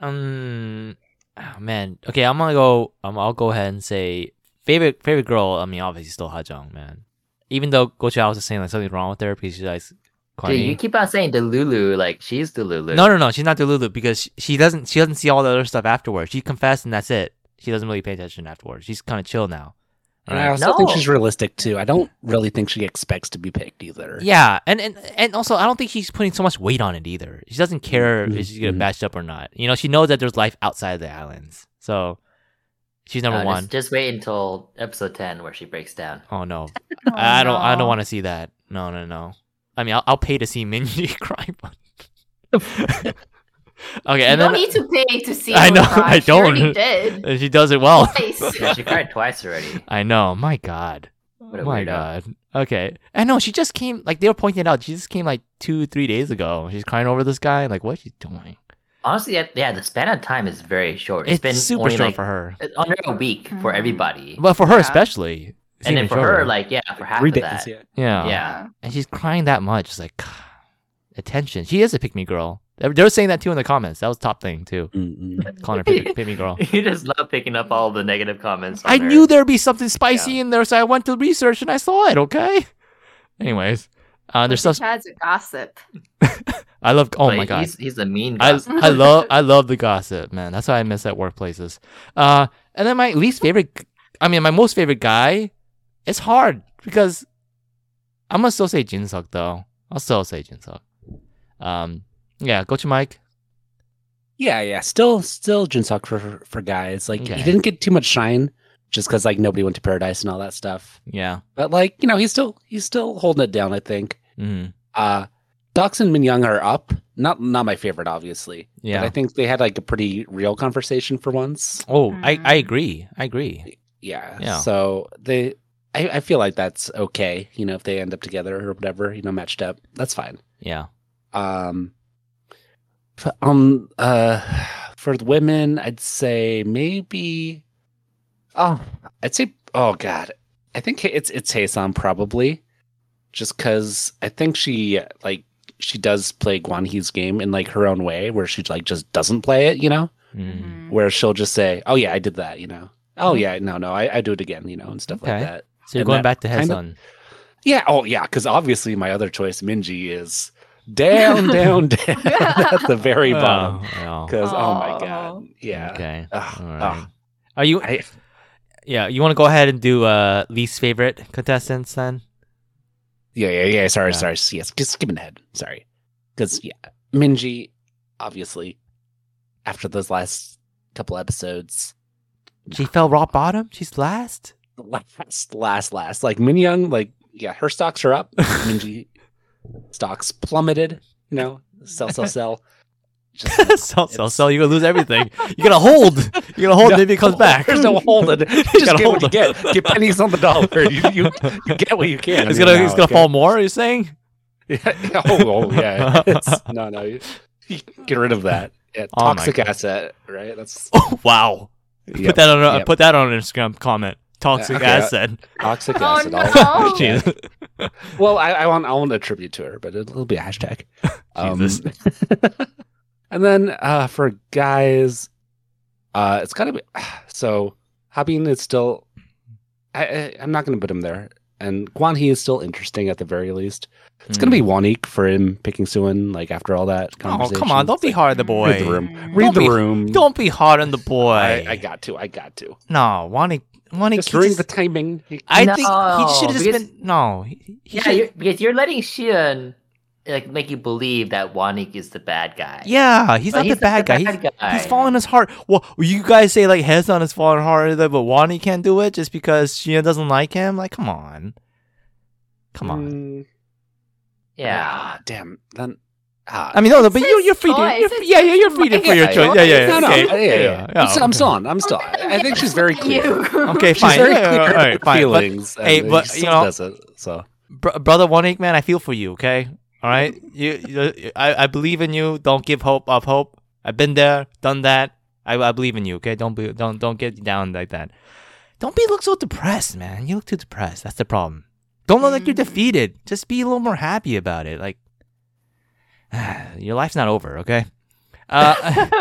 Um, oh, man. Okay, I'm gonna go. Um, I'll go ahead and say favorite favorite girl. I mean, obviously still Hajong, man. Even though Go Chao was saying like something's wrong with her because she's like, Dude, corny. you keep on saying Delulu, like she's Delulu. no, no, no. She's not Delulu because she, she doesn't. She doesn't see all the other stuff afterwards. She confessed and that's it. She doesn't really pay attention afterwards. She's kind of chill now. And I Right. also think No. she's realistic too. I don't really think she expects to be picked either. Yeah, and, and and also I don't think she's putting so much weight on it either. She doesn't Mm-hmm. care if she's gonna Mhm. match up or not. You know, she knows that there's life outside of the islands. So she's number Uh, just- one. Just, wait until episode ten where she breaks down. Oh no, I I don't I don't want to see that. No, no, no. I mean, I'll, I'll pay to see Minji cry. But... okay, You and don't then need to pay to see. I her know, cry. I She already don't. Oh. did. and she does it well. Nice. Yeah, she cried twice already. I know. My God. What Oh a my weirdo. God. Okay. I know. She just came. Like they were pointing out. She just came like two, three days ago. She's crying over this guy. Like what is she doing? Honestly, yeah, yeah, the span of time is very short. It's, been super only, short like, for her. it's under a week for Mhm. everybody, But for her Yeah. especially. it's and even then for shorter. her, like yeah, for half Three of days, that. yeah. yeah. Yeah. And she's crying that much. It's like attention. She is a pick me girl. They they were saying that too in the comments. That was top thing too. Mm-mm. Calling her pick, pick me girl. You just love picking up all the negative comments. on I her. knew there'd be something spicy in there, so I went to research and I saw it. Okay. Anyways, uh, there's stuff. Chad's a gossip. I love. Oh But my god. he's, he's a mean guy. I, I love I love the gossip, man. That's why I miss at workplaces. Uh, and then my least favorite, g- I mean, my most favorite guy, it's hard because I'm gonna still say Jinseok though. I'll still say Jinseok. Um, yeah, go to Mike. Yeah, yeah. Still, still Jinseok for for guys. Like Okay. he didn't get too much shine, just because like nobody went to paradise and all that stuff. Yeah. But like you know, he's still he's still holding it down. I think. Mm. Uh, Dox and Minyoung are up. Not not my favorite, obviously. Yeah. But I think they had like a pretty real conversation for once. oh, I, I Mm. agree. I agree. Yeah. Yeah. So they, I, I feel like that's okay. You know, if they end up together or whatever, you know, matched up, that's fine. Yeah. Um, f- um, uh, for the women, I'd say maybe. Oh, I'd say. Oh God, I think it's it's Haesan probably, just because I think she like she does play Guan He's game in like her own way, where she like just doesn't play it, you know, Mm-hmm. Mm. Mm-hmm. where she'll just say, "Oh yeah, I did that," you know. Oh yeah, no, no, I, I do it again, you know, and stuff like Mm-hmm. Okay. that. So you're And going that back to kind of- Hesun. Yeah. Oh, yeah. Because obviously, my other choice, Minji, is down, down, down at the very bottom. Oh, Because oh. my Oh. god. Yeah. Okay. Ugh, All right. ugh. Are you? I- yeah. You want to go ahead and do uh least favorite contestants then? yeah. Yeah. Yeah. Sorry. Yeah. Sorry. Yes. Just skipping ahead. Sorry. Because yeah, Minji, obviously, after those last couple episodes, She fell rock bottom. She's last. the last, last, last, like Minyoung, like yeah, her stocks are up. Minji stocks plummeted. You know, sell, sell, sell. Just sell, sell, It's- sell. You're gonna lose everything. You're gonna hold. You're gonna hold. No, maybe it comes back. There's no holding. gotta Just get hold what you it. get. Get pennies on the dollar. You, you, you get what you can. it's you gonna. know, it's gonna okay? fall more. You're saying? Yeah. oh, oh, yeah. It's- no, no. You, you get rid of that. Yeah, Oh my toxic asset, right? That's Oh wow. Yep, Put that on. A, yep. Put that on an Instagram comment. Toxic okay. asset. toxic Oh, asset. all- no. Yeah. Jesus. Well, I, I want I want to attribute to her, but it'll be a hashtag. Um, Jesus. and then uh, for guys, uh, it's gotta be so. Habin is still. I, I I'm not gonna put him there, and Guan He is still interesting at the very least. It's gonna be Wanik for him picking Suin. Like after all that Hmm. Oh conversation. come on! Don't be hard on the Read the boy. room. Mm. Read Don't the be- room. Don't be hard on the boy. I, I got to. I got to. no. Wani. Wani. Just during the timing. he- I No, think he should have just because- been. No. He, he yeah, should- you're, because you're letting Shion like make you believe that Wanik is the bad guy. yeah. He's But not the bad guy. He's- guy. He's falling as hard. Well, you guys say like Hezon is falling harder, than- but Wani can't do it just because Shia doesn't like him. Like, come on, come on. Mm, Yeah. ah, damn. Then Ah, I mean, no, no, but It's you, his you're free to, choice. you're, It's yeah, yeah, his you're free to, choice. for your Yeah, choice. Yeah, yeah, no, yeah. no, okay. yeah, yeah, yeah. I'm, s- I'm still on. I'm still. on. I think she's very clear. You. Okay, She's fine. very Yeah, yeah, clear yeah, in all her right, fine. But, feelings. and hey, she but, you still know- does it. So br- brother One Ink Man, I feel for you. Okay, all right. You, you I, I believe in you. Don't give hope up hope. I've been there, done that. I, I believe in you. Okay, don't be, don't don't get down like that. Don't be look so depressed, man. You look too depressed. That's the problem. Don't look like you're Mm. defeated. Just be a little more happy about it. Like your life's not over. Okay. Uh,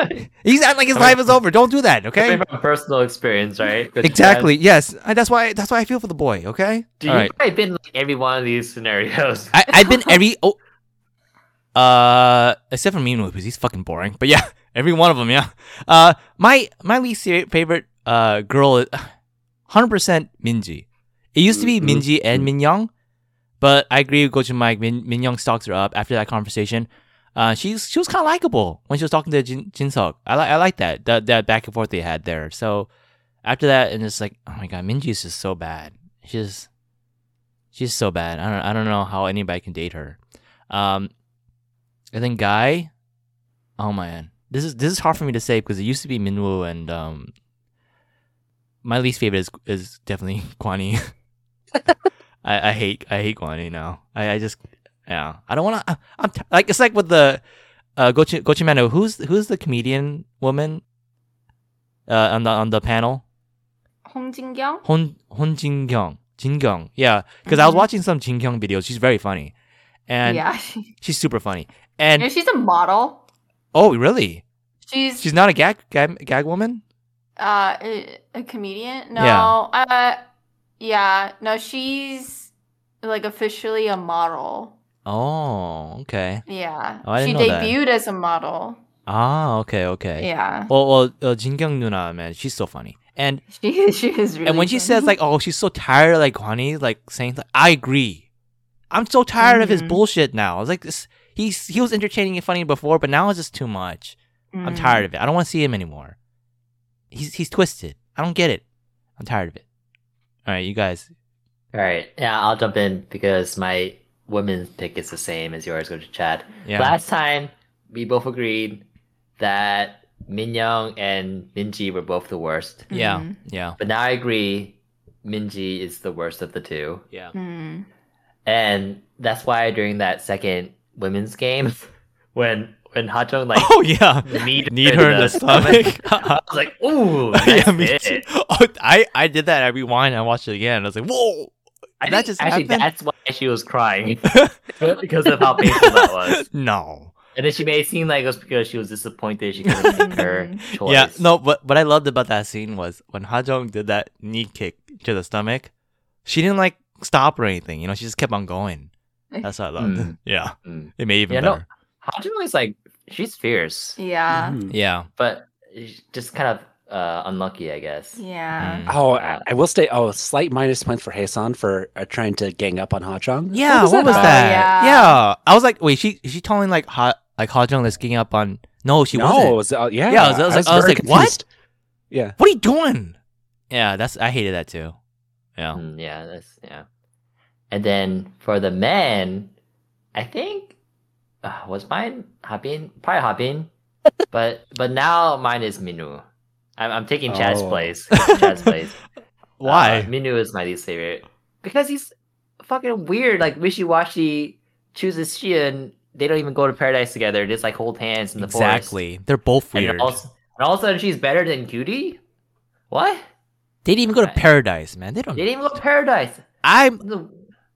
he's not like his life is over. Don't do that. Okay. Coming from personal experience, right? Good Exactly. Yes. I, that's why. That's why I feel for the boy. Okay. Dude, All you've right. probably been in like, every one of these scenarios. I, I've been every oh, uh, except for Mean Whip, 'cause he's fucking boring. But yeah, every one of them. Yeah. Uh, my my least fa- favorite uh girl is hundred percent Minji. It used to be Mhm. Minji and Minyoung, but I agree with Gojin Mike. Min Minyoung stalks her up after that conversation. Uh, she's she was kind of likable when she was talking to Jin Jin Seok. I like I like that that that back and forth they had there. So after that, and it's like, oh my god, Minji is just so bad. She's she's so bad. I don't I don't know how anybody can date her. Um, and then guy, oh man, this is this is hard for me to say because it used to be Minwoo and um. My least favorite is is definitely Kwani. I, I hate I hate Kwani now. I, I just yeah. I don't want to. I'm t- like it's like with the uh Gochi Gochimano. Who's who's the comedian woman? Uh, on the on the panel, Hong Jin-kyung? Hon Hon Jin Kyung, Jin Kyung, yeah. Because I was Mhm. watching some Jin Kyung videos. She's very funny, and yeah. she's super funny. No, And she's a model. oh, really? She's She's not a gag gag, gag woman. uh a, a comedian. No. Yeah. Uh yeah, no, she's like officially a model. Oh, okay. Yeah. Oh, I she didn't know that. debuted as a model. Ah, okay, okay. Yeah. Well, well, uh, Jin Kyung Nuna, man, she's so funny. And She she is really and when she says funny. like, "Oh, she's so tired," of, like Kwani, like saying, like, "I agree." I'm so tired of his Mhm. bullshit now. It's like this. He's he was entertaining and funny before, but now it's just too much. I'm Mm. tired of it. I don't want to see him anymore. He's he's twisted. I don't get it. I'm tired of it. All right, you guys. All right. Yeah, I'll jump in because my women's pick is the same as yours. Go to Chad. Yeah. Last time, we both agreed that Minyoung and Minji were both the worst. Yeah. Mhm. Yeah. But now I agree Minji is the worst of the two. Yeah. Mm. And that's why during that second women's game, when when Hajong like Oh yeah. kneed Need her in the stomach. I was like, ooh, that's yeah, me it. too. Oh, I, I did that. I rewind and I watched it again. I was like, whoa. I That think just actually happened? that's why she was crying because of how painful that was. no. And then she made it seem like it was because she was disappointed she couldn't make her choice. Yeah, no, but what I loved about that scene was when Ha Jung did that knee kick to the stomach, she didn't like stop or anything. You know, she just kept on going. That's what I loved. Mm. Yeah, Mm. it made even Yeah, no. better. Hajime is like she's fierce, Uh, Yeah. Mhm. Yeah, but she's just kind of uh, unlucky, I guess. Yeah. Mm. Oh, I I will say. Oh, slight minus points for Haesan for uh, trying to gang up on Hachang. yeah. What was, about? that? Yeah. Yeah. I was like, wait, she is she telling like Ha like Ha Jung that's getting up on? No, she no, it wasn't. was, uh, yeah, Yeah, I was- I was like- I was very like, what? confused. Yeah, What are you doing? Yeah, that's I hated that too. Yeah. Mm, yeah, that's yeah. And then for the men, I think uh, was mine Habin, probably Habin, but but now mine is Minu. I'm I'm taking Chad's Oh. place. Chad's place. Why? Uh, Minu is my least favorite because he's fucking weird. Like wishy washy chooses she and they don't even go to paradise together. Just like hold hands in the forest. exactly. They're both And weird. all, and all of a sudden she's better than Cutie. What? they didn't even go to I- paradise, man. They don't. They didn't even go to paradise. I'm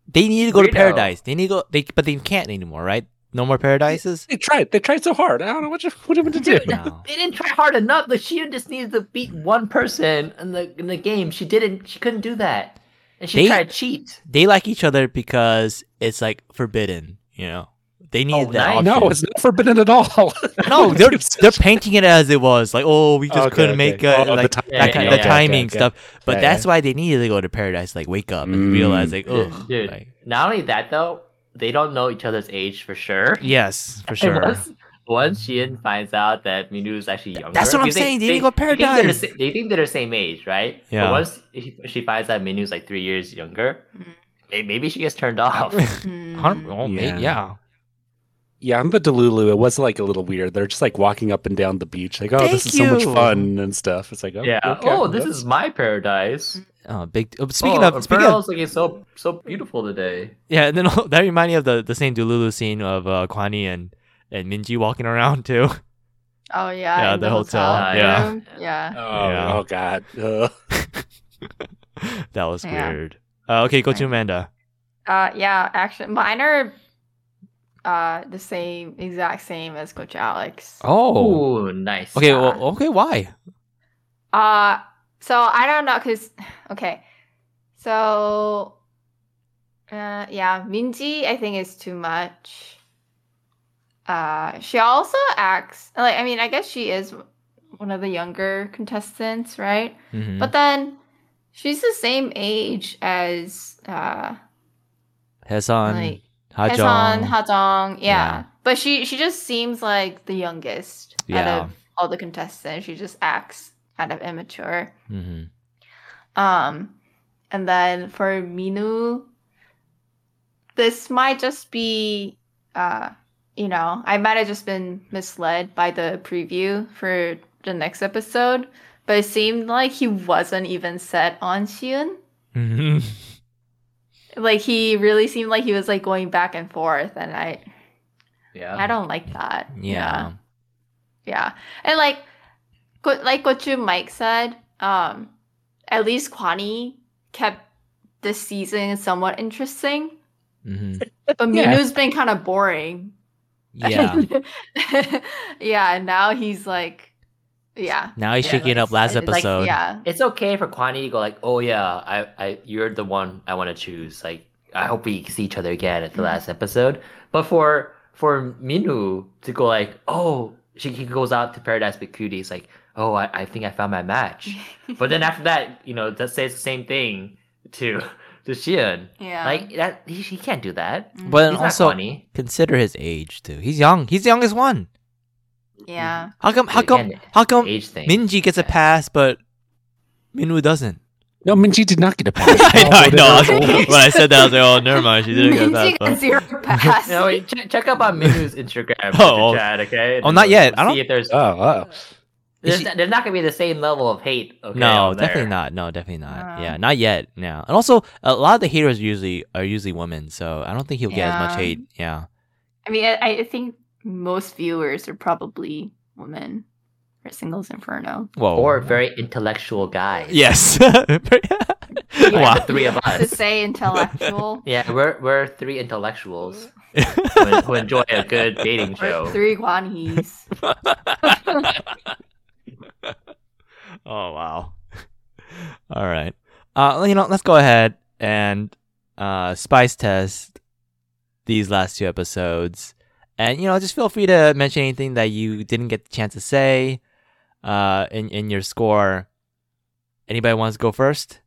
They need to go Weirdo. to paradise. They need to go. They but they can't anymore, right? No more paradises. they tried. They tried so hard. I don't know what you what do you want to do. Dude, No. They didn't try hard enough. Like she just needed to beat one person in the in the game. She didn't. She couldn't do that, and she They- tried to cheat. They like each other because it's like forbidden. You know, they need Oh, that. nice. option. No, it's not forbidden at all. no. They're they're painting it as it was like, oh, we just Okay, couldn't okay. make uh, Oh, like the, Yeah, that kind yeah, the yeah, okay, timing okay. stuff. But Yeah, that's yeah. why they needed to go to paradise, like wake up and Mm. realize, like, Dude, oh, dude. Not only that though, they don't know each other's age for sure. yes, for And sure. Once, once Shein finds out that Minu is actually younger, that's what I'm because they- saying, they They, didn't go think they're the paradise. sa- They think they're the same age, right? Yeah. But once she, she finds out Minu's like three years younger, Mhm. Mm. Mm. may- maybe she gets turned off. Hundred- oh, may- Yeah. yeah. Yeah, I'm the Delulu. It was like a little weird. They're just like walking up and down the beach, like, oh, this Thank is so much you. fun and stuff. It's like, oh, Yeah. okay, oh, this that's- is my paradise. Oh, big. Oh, speaking oh, of speaking of, Pearl's looking so so beautiful today. yeah, and then that reminded me of the the same Dululu scene of uh, Kwani and and Minji walking around too. Oh yeah, Yeah, in the hotel, yeah. room. yeah. Oh, Yeah. oh God. Ugh. that was Yeah. weird. Uh, okay, go to Right. Amanda. Uh, yeah, actually, mine are uh the same, exact same as Coach Alex. Oh. Ooh, nice. Okay. yeah. Well. Okay. Why? Uh, so I don't know, cause okay, so uh, yeah, Minji, I think is too much. Uh, she also acts like I mean, I guess she is one of the younger contestants, right? Mhm. But then she's the same age as uh Hasan, like Hajong. Hajong, Hajong, yeah. Yeah. But she she just seems like the youngest Yeah. out of all the contestants. She just acts kind of immature. Mhm. Um, and then for Minu, this might just be, uh, you know, I might have just been misled by the preview for the next episode, but it seemed like he wasn't even set on Xion. Mhm. Like he really seemed like he was like going back and forth, and I Yeah. I don't like that. yeah. Yeah. And like go- like what you Mike said, um, at least Kwani kept this season somewhat interesting. Mhm. But Yeah. Minu's been kind of boring. Yeah. yeah, and now he's like yeah. now he's Yeah, shaking up it's- last it's like- episode. Yeah. It's okay for Kwani to go like, oh yeah, I, I you're the one I want to choose. Like I hope we see each other again at the Mm-hmm. Mhm. last episode. But for for Minu to go like, oh, she he goes out to paradise with Cutie. It's like, oh, I, I think I found my match. but then after that, you know, that says the same thing to to Shion. yeah. Like that, he, he can't do that. Mm. But He's also not Kwani. consider his age too. He's young. He's the youngest one. yeah. How come? How come? Again, How come? age thing. um, Minji gets a pass, but Minwoo doesn't. No, Minji did not get a pass. I know, I know. I was- Okay. when I said that, I was like, oh, never mind. She didn't Minji get got that. zero pass. You know, wait, check, check up on Minu's Instagram, Oh, oh, Chad. Okay. oh, not yet. I See don't- if there's Oh, oh. There's, Is not, there's not gonna be the same level of hate. Okay, no, on there. definitely not. No, definitely not. No. Yeah, not yet. No, and also a lot of the haters usually are usually women, so I don't think he'll get as much Yeah. hate. Yeah, I mean, I, I think most viewers are probably women for Singles Inferno. Whoa. Or very intellectual guys. yes. like wow. the three of To us. say intellectual, Yeah, we're we're three intellectuals who, who enjoy a good dating show. three Guanhees. Oh wow. All right. Uh, you know, let's go ahead and uh, spice test these last two episodes, and you know, just feel free to mention anything that you didn't get the chance to say, uh, in in your score. Anybody wants to go first?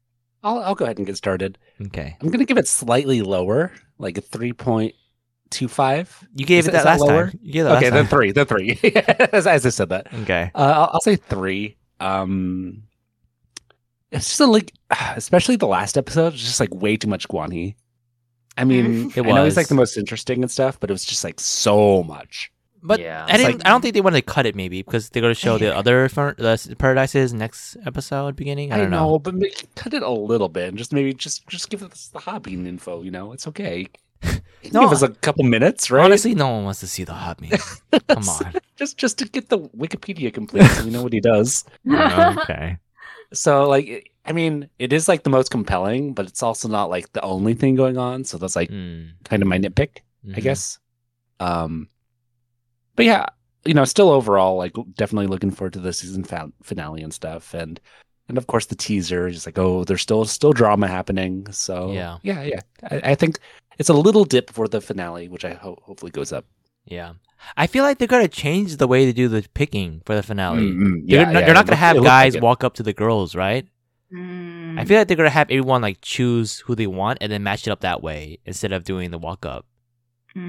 I'll, I'll go ahead and get started. Okay. I'm going to give it slightly lower, like a 3.25. You gave Is it that- that, is that last lower? time. You gave it Okay, okay, then last time. three, then three. as, as I said that. Okay. Uh, I'll, I'll say three. Um, it's just a, like, especially the last episode, it's just like way too much Guanhi. I mean, It I know he's like was. the most interesting and stuff, but it was just like so much. But yeah, I It's didn't. like- I don't think they wanted to cut it, maybe because they're going to show the other fir- the s- paradises next episode beginning. I don't know. but maybe cut it a little bit and just maybe just just give us the hobby info. You know, it's okay. You No, give us a couple minutes, right? Honestly, no one wants to see the hot man. Come on. just just to get the Wikipedia complete, so we know what he does. okay. So, like, it- I mean, it is like the most compelling, but it's also not like the only thing going on. So that's like Mm, kind of my nitpick, I mhm. guess. Um, but yeah, you know, still overall, like, definitely looking forward to the season fa- finale and stuff, and and of course the teaser is like, oh, there's still still drama happening. So Yeah. yeah, yeah. I, I think it's a little dip for the finale, which I hope hopefully goes up. Mm-hmm. Yeah. I feel like they're gonna change the way they do the picking for the finale. Mm, mm, They're, yeah, not, they're yeah, not it gonna looked- it have looked like guys it. Hmm. walk up to the girls, right? Mm. I feel like they're gonna have everyone like choose who they want and then match it up that way instead of doing the walk up. Mm.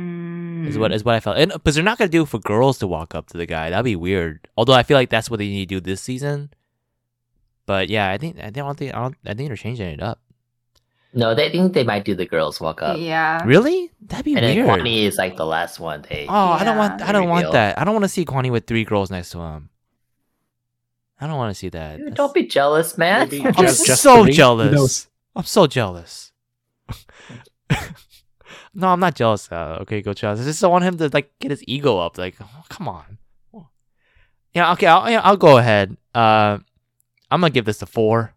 Mm-hmm. Is what is what I felt. And because they're not gonna do it for girls to walk up to the guy. That'd be weird. Although I feel like that's what they need to do this season. But yeah, I think I don't think I don't I think they're changing it up. No, they think they might do the girls walk up. yeah. Really? That'd be And then weird. Kwani is like the last one. They Oh, I don't want. Yeah. I don't want Reveal. that. I don't want to see Kwani with three girls next to him. I don't want to see that. Dude, That's- don't be jealous, man. Maybe I'm just- just so three? Who jealous. knows? I'm so jealous. no, I'm not jealous. Uh, okay, go jealous. I just don't want him to like get his ego up. Like, oh, come on. Yeah. Okay. I'll, yeah, I'll go ahead. Uh, I'm gonna give this a four.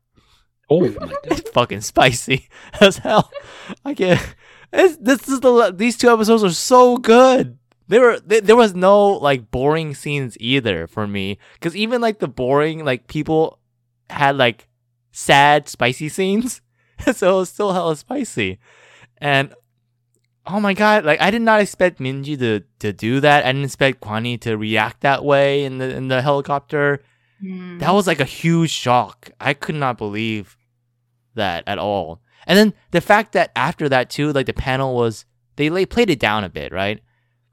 Oh my god. It's fucking spicy as hell. I can't. It's, this is the le- these two episodes are so good. They were th- there was no like boring scenes either for me because even like the boring like people had like sad spicy scenes, so it was still hella spicy, and oh my god, like I did not expect Minji to to do that. I didn't expect Kwani to react that way in the in the helicopter Mm. that was like a huge shock. I could not believe that at all. And then the fact that after that too, like the panel was they lay, played it down a bit, right?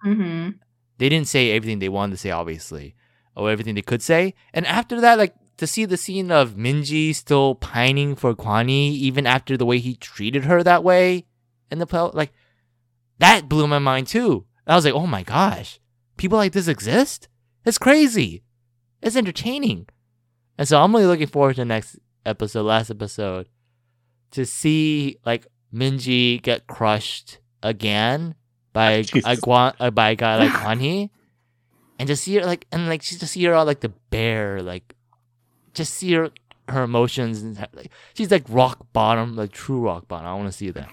Mhm. They didn't say everything they wanted to say, obviously, or everything they could say. And after that, like to see the scene of Minji still pining for Kwani, even after the way he treated her that way in the play, like that blew my mind too. I was like, oh my gosh, people like this exist? It's crazy. It's entertaining. And so I'm really looking forward to the next episode, last episode, to see like Minji get crushed again by a, Jesus. gua- uh, by a guy like Hanhi, and just see her like and like she just see her all like the bear, like just see her her emotions and like, she's like rock bottom, like true rock bottom. I want to see that.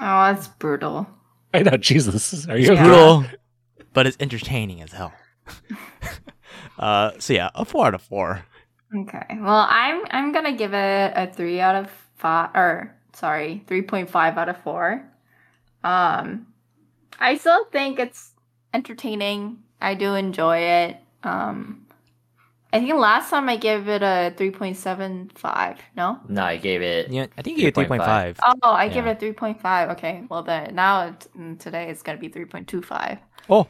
Oh, that's brutal. I know, Jesus. Are you Yeah. brutal, but it's entertaining as hell. uh, so yeah, a four out of four. Okay. Well, I'm I'm gonna give it a three out of five, or sorry, three point five out of four. Um, I still think it's entertaining. I do enjoy it. Um, I think last time I gave it a three point seven five. No. No, I gave it. Yeah, I think you get three point 3.5. five. Oh, I give Yeah. it a three point five. Okay. Well, then now it's- mm, today it's gonna be three point two five. Oh.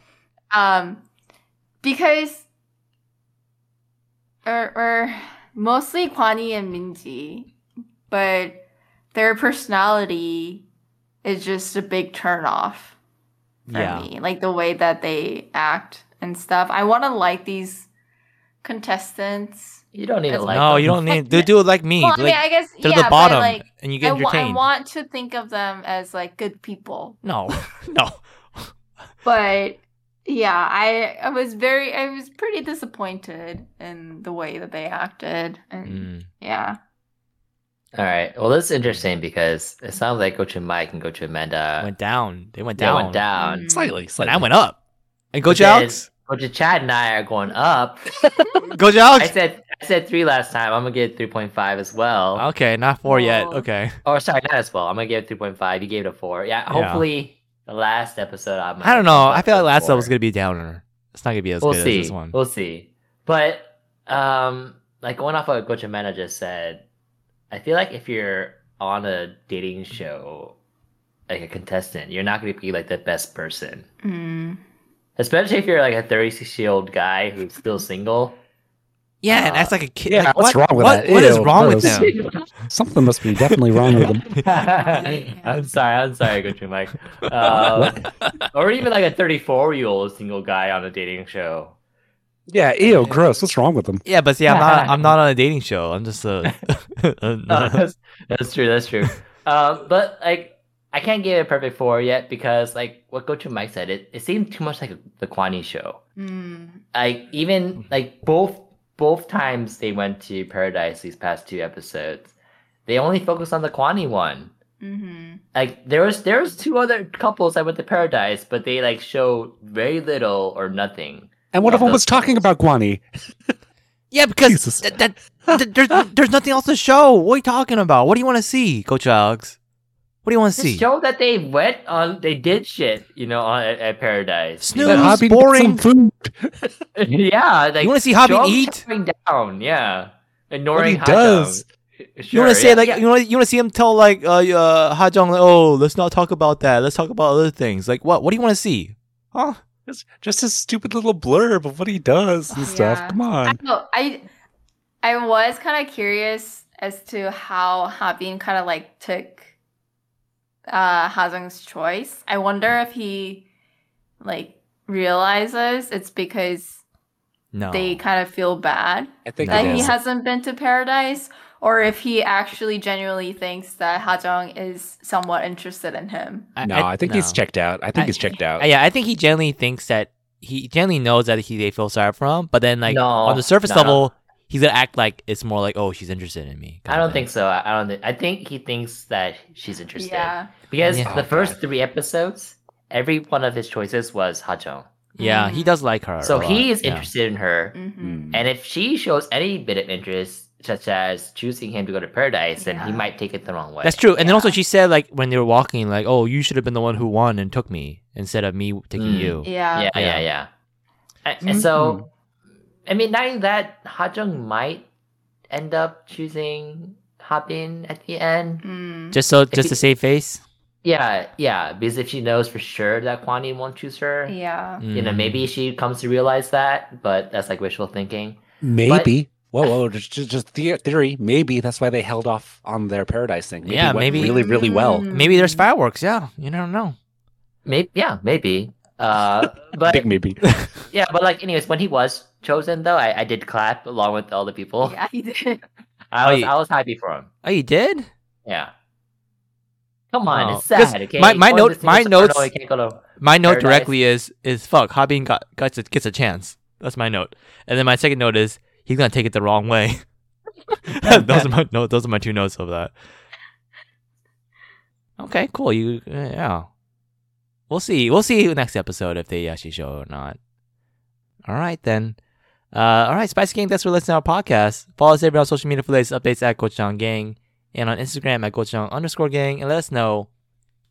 Um, because, or or mostly Kwani and Minji, but their personality is just a big turnoff for Yeah. me. Like the way that they act and stuff. I want to like these contestants. You don't need to That's like. no, them. you don't need. They do it like me. well, I like, mean, I guess they're yeah, the but, bottom, like, and you I get wa- I entertained. want to think of them as like good people, no, no. but yeah, I I was very I was pretty disappointed in the way that they acted, and Mm. yeah, All right. Well, this is interesting because it sounds like Coach Mike and Coach Amanda went down. They went they down. went down. Mm. Slightly, And slightly. I went up. And go But then Alex. Coach Chad and I are going up. Go I Alex. said I said three last time. I'm gonna give three point five as well. Okay, not four yet. Aw. Oh, Okay. Or sorry, not as well. I'm gonna give three point five. You gave it a four. Yeah. Yeah. Hopefully, the last episode. I'm I don't know. I feel like last level was gonna be a downer. It's not gonna be as we'll good see. as this one. We'll see. But um, like going off of what Coach Amanda just said, I feel like if you're on a dating show, like a contestant, you're not gonna be like the best person. mm. Especially if you're like a 36 year old guy who's still single. yeah, and uh, that's like a kid. yeah, like, what's what- wrong with what- that? What is Ew, wrong with gross. them? Something must be definitely wrong with him. I'm sorry, I'm sorry, Gucci Mike. Um, or even like a 34 year old single guy on a dating show. Yeah, ew, gross. What's wrong with him? Yeah, but see, I'm not. I'm not on a dating show. I'm just a. Uh, that's, that's true. That's true. um, but like, I can't give it a perfect four yet because, like, what Go To Mike said, it, it seemed too much like the Kwani show. Mm. Like, even like both both times they went to Paradise these past two episodes, they only focused on the Kwani one. hmm Like there was there was two other couples that went to Paradise, but they like show very little or nothing. And one of Yeah, them was that's- talking about Guani. yeah, because Jesus. th- that, th- there's there's nothing else to show. What are you talking about? What do you want to see, Coach Alex? What do you want to Just see? show that they went on, they did shit, you know, on, at, at Paradise. you Snooze. know? Hobby boring. Some food. yeah, like you want to see Hobby Show eat? Coming down, yeah. Ignoring What he Hajong. does. you Sure, want to say yeah, like yeah. you want you want to see him tell like uh, uh Ha Jong like oh let's not talk about that let's talk about other things like what what do you want to see? Huh? Just, just his stupid little blurb of what he does and Oh, Yeah. stuff. Come I on. don't know. I I was kind of curious as to how Habin kind of like took uh Hazang's choice. I wonder if he like realizes it's because No. they kind of feel bad I think that it he is. hasn't been to paradise or if he actually genuinely thinks that Hajong is somewhat interested in him. no, I, think he's no. checked out. I think I- he's checked out. Uh, Yeah, I think he generally thinks that he generally knows that he they feel sorry for him, but then like No, on the surface no, no. level, he's gonna act like it's more like oh she's interested in me. I don't think so. I I don't. Think, I think he thinks that she's interested Yeah. because Yeah. the Oh, first God. three episodes, every one of his choices was Hachong. Yeah, he does like her. So a he lot, is yeah. interested in her, Mm-hmm. and if she shows any bit of interest, such as choosing him to go to paradise, then he Yeah. might take it the wrong way. That's true. And then also Yeah. she said like when they were walking, like oh you should have been the one who won and took me instead of me taking Mm. you. yeah, Yeah. Mm-hmm. Yeah. yeah, yeah. A- And so, I mean, not even that, Ha Jung might end up choosing Hopin at the end. Mm. Just so he- just to save face. Yeah, yeah, because if she knows for sure that Kwan Yin won't choose her, Yeah. you know, Mm. maybe she comes to realize that, but that's like wishful thinking. Maybe. Whoa, whoa, just, just, just the- theory. Maybe that's why they held off on their paradise thing. Maybe Yeah, it went maybe- really, really well. Mm. maybe there's fireworks. Yeah, you never know. Maybe, yeah, maybe. Uh, but Big maybe. yeah, but like, anyways, when he was chosen, though, I, I did clap along with all the people. Yeah, he did. I was, Oh, I was happy for him. Oh, you did? Yeah. Come on, Oh, it's 'cause sad. Okay, my- my Kwan note- just my thinks, oh, no, notes- he can't go to- My note Paradise. directly is is fuck. Hobbing got gets a, gets a chance. That's my note. And then my second note is he's gonna take it the wrong way. those are my no, those are my two notes of that. Okay, cool. You uh, yeah. We'll see. We'll see next episode if they actually show or not. All right then. Uh, all right, Spicy Gang. That's for listening to our podcast. Follow us everywhere on social media for latest updates at Gochujang Gang and on Instagram at Gochujang underscore Gang, and let us know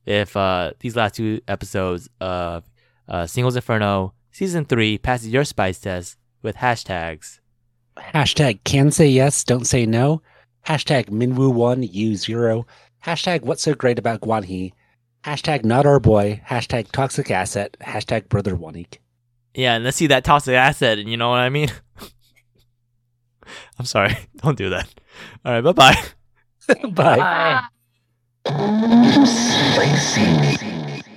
if uh, these last two episodes of uh, Singles Inferno Season 3 passes your spice test with hashtags. Hashtag can say yes, don't say no. Hashtag Minwoo1, you zero. Hashtag what's so great about Guanhee. Hashtag not our boy. Hashtag toxic asset. Hashtag brother Wanik. Yeah, and let's see that toxic asset, and you know what I mean? I'm sorry. Don't do that. All right, bye bye. Bye. Bye. Ah. Spicy.